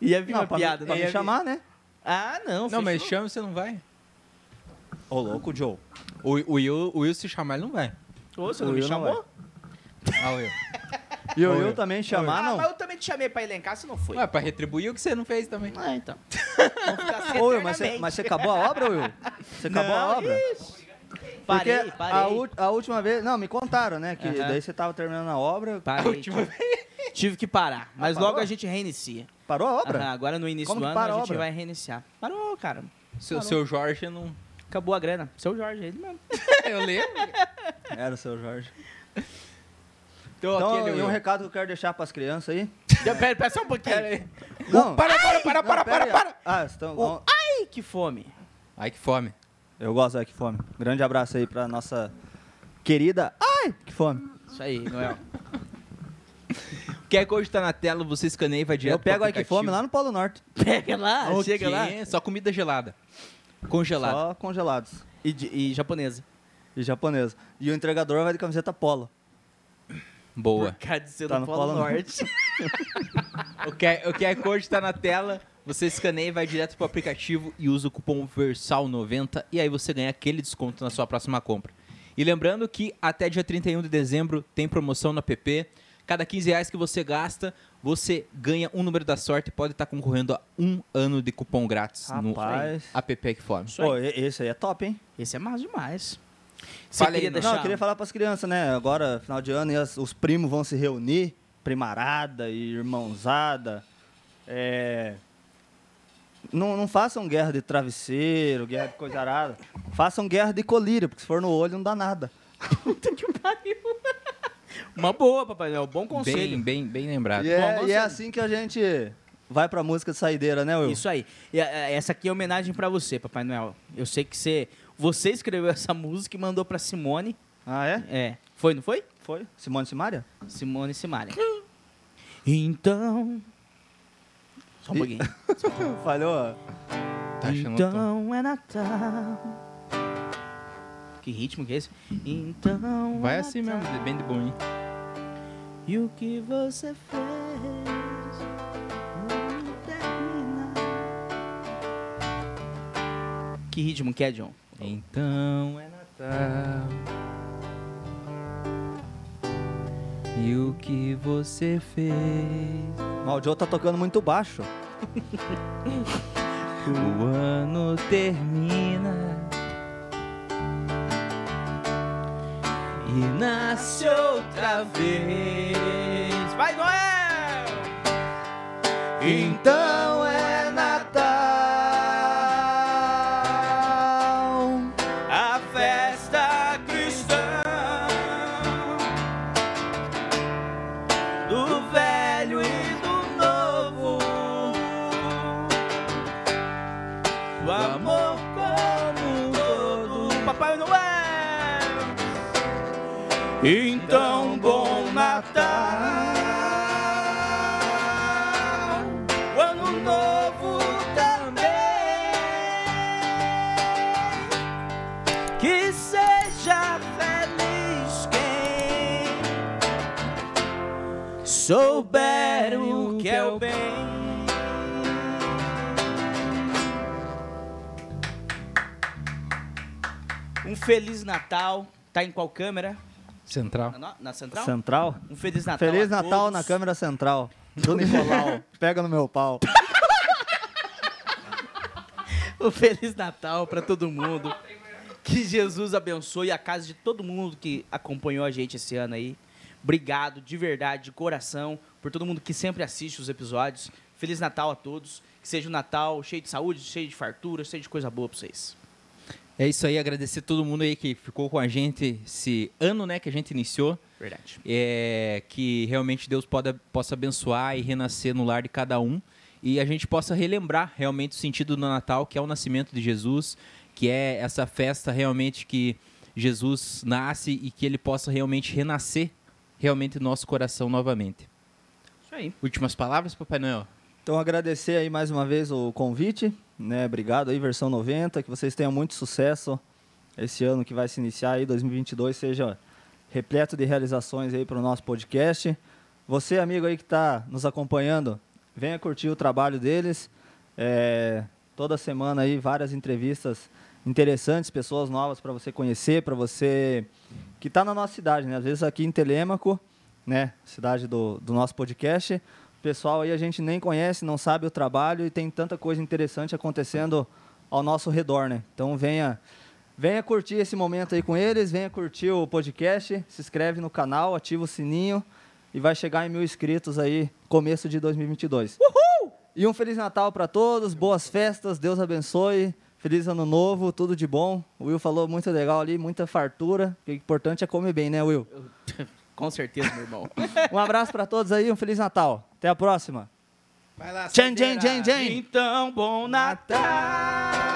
A: Ia vir
C: Não,
A: uma
C: pra,
A: piada, né?
C: pra me
A: Ia vir-
C: chamar, né?
A: Ah, não.
B: Não, mas
A: fechou.
B: chama e você não vai.
C: Ô, louco, Joe.
B: O, o, Will, o Will se chamar, ele não vai.
A: Ô, você
C: O
A: não me
C: Will não é.
A: chamou?
B: Ah, Will.
C: E
B: Ô,
C: eu,
B: Will.
C: eu também chamar,
A: ah,
C: não.
A: mas eu também te chamei pra elencar, você não foi.
B: Ué, pra retribuir o que você não fez também.
A: Ah, então. assim
C: Ô, Will, mas você, mas você acabou a obra, Will? Você acabou a obra? Porque
A: Parei, parei.
C: A, ú- a última vez. Não, me contaram, né? Que
A: Aham.
C: daí você tava terminando a obra.
A: Parei. Tive que parar. Mas logo
C: parou?
A: a gente reinicia.
C: Parou a obra?
A: Aham, agora no início
C: Como
A: do
C: que
A: ano
C: para
A: a
C: a
A: gente
C: obra?
A: vai reiniciar. Parou, cara.
B: Seu, seu Jorge não.
A: Acabou a grana. Seu Jorge, ele mesmo.
B: Eu lembro.
C: Era o seu Jorge.
B: Então,
C: Então,
B: aquele
C: e um
B: Will.
C: recado que eu quero deixar pras crianças aí.
A: Pera, pera só um pouquinho.
B: Pera aí.
C: Não,
B: Para, para, para, para,
C: não, pera
B: para,
C: aí.
B: para.
C: Ah, estão.
A: O- Ai, que fome.
B: Ai, que fome.
C: Eu gosto da Que Fome. Grande abraço aí pra nossa querida. Ai, que fome.
A: Isso aí, Noel.
B: O QR Code tá na tela, você escaneia e vai direto
C: eu pego
B: pro
C: a Que Fome
B: aplicativo.
C: lá no Polo Norte.
A: Pega lá,
B: Ok,
A: chega lá.
B: Só comida gelada. Congelada.
C: Só congelados.
A: E, de- e japonesa.
C: E japonesa. E o entregador vai de camiseta polo.
B: Boa.
A: Por causa de ser
C: Tá
A: no
C: no
A: Polo
C: Polo
A: Norte.
B: O QR, o QR Code tá na tela. Você escaneia e vai direto pro aplicativo e usa o cupom VERSAL90 e aí você ganha aquele desconto na sua próxima compra. E lembrando que até dia 31 de dezembro tem promoção no app. Cada 15 reais que você gasta, você ganha um número da sorte e pode estar concorrendo a um ano de cupom grátis
C: Rapaz.
B: no app que forma.
A: Isso aí.
C: Pô, e- esse aí é top, hein?
A: Esse é massa demais.
B: Fala aí,
A: queria
B: Noel.
A: deixar-
C: Não, eu queria falar pras crianças, né? Agora, final de ano, e as- os primos vão se reunir, primarada e irmãozada. É, Não, não façam guerra de travesseiro, guerra de coisa arada. Façam guerra de colírio, porque se for no olho não dá nada.
A: Puta que pariu. Uma boa, Papai Noel. Bom conselho.
B: Bem, bem, bem lembrado.
C: E é,
A: bom
C: e é
A: conselho.
C: assim que a gente vai pra música de saideira, né, Will?
A: Isso aí. E, é, essa aqui é homenagem pra você, Papai Noel. Eu sei que você, você escreveu essa música e mandou pra Simone.
C: Ah, é?
A: É. Foi, não foi?
C: Foi? Simone Simaria?
A: Simone e Simaria. Então. Só um
C: Ih.
A: pouquinho.
C: Falhou.
B: Tá achando o tom.
A: então é Natal. Que ritmo que é esse? Então.
B: Vai
A: é
B: assim
A: Natal.
B: mesmo, bem de bom, hein?
A: E o que você fez? não termina. Que ritmo que é, John?
B: Então é Natal. E o que você fez?
C: Mas o Joe tá tocando muito baixo.
B: O ano termina. E nasce outra vez.
A: Vai, Noel!
B: Então é Natal, a festa cristã do velho e do novo, do amor como um todo.
A: Papai Noel!
B: Então, bom Natal, o ano novo também.
A: Que seja feliz quem souber o que é o bem. Um Feliz Natal. Tá em qual câmera?
B: Central.
A: Na, na- na central?
C: Central?
A: Um Feliz Natal.
C: Feliz
A: a
C: Natal
A: todos.
C: na câmera central. Do Nicolau. Pega no meu pau.
A: Um Feliz Natal pra todo mundo. Que Jesus abençoe a casa de todo mundo que acompanhou a gente esse ano aí. Obrigado de verdade, de coração, por todo mundo que sempre assiste os episódios. Feliz Natal a todos. Que seja um Natal cheio de saúde, cheio de fartura, cheio de coisa boa pra vocês.
B: É isso aí, agradecer todo mundo aí que ficou com a gente esse ano, né, que a gente iniciou.
A: Verdade.
B: É, que realmente Deus poda- possa abençoar e renascer no lar de cada um e a gente possa relembrar realmente o sentido do Natal, que é o nascimento de Jesus, que é essa festa realmente que Jesus nasce e que ele possa realmente renascer realmente no nosso coração novamente.
A: Isso aí.
B: Últimas palavras, Papai Noel?
C: Então agradecer aí mais uma vez o convite, né? Obrigado aí, versão 90, que vocês tenham muito sucesso esse ano que vai se iniciar aí, 2022, seja repleto de realizações aí para o nosso podcast. Você, amigo aí que está nos acompanhando, venha curtir o trabalho deles. É, toda semana aí várias entrevistas interessantes, pessoas novas para você conhecer, para você que está na nossa cidade, né? Às vezes aqui em Telêmaco, né? Cidade do, do nosso podcast. O pessoal aí a gente nem conhece, não sabe o trabalho e tem tanta coisa interessante acontecendo ao nosso redor, né? Então venha, venha curtir esse momento aí com eles, venha curtir o podcast, se inscreve no canal, ativa o sininho e vai chegar em mil inscritos aí começo de 2022. Uhul! E um Feliz Natal para todos, boas festas, Deus abençoe, feliz ano novo, tudo de bom. O Will falou muito legal ali, muita fartura, o importante é comer bem, né, Will?
A: Com certeza, meu irmão.
C: Um abraço para todos aí, um Feliz Natal. Até a próxima.
B: Vai lá,
C: Tchan, tchan, tchan, tchan.
A: então, bom Natal!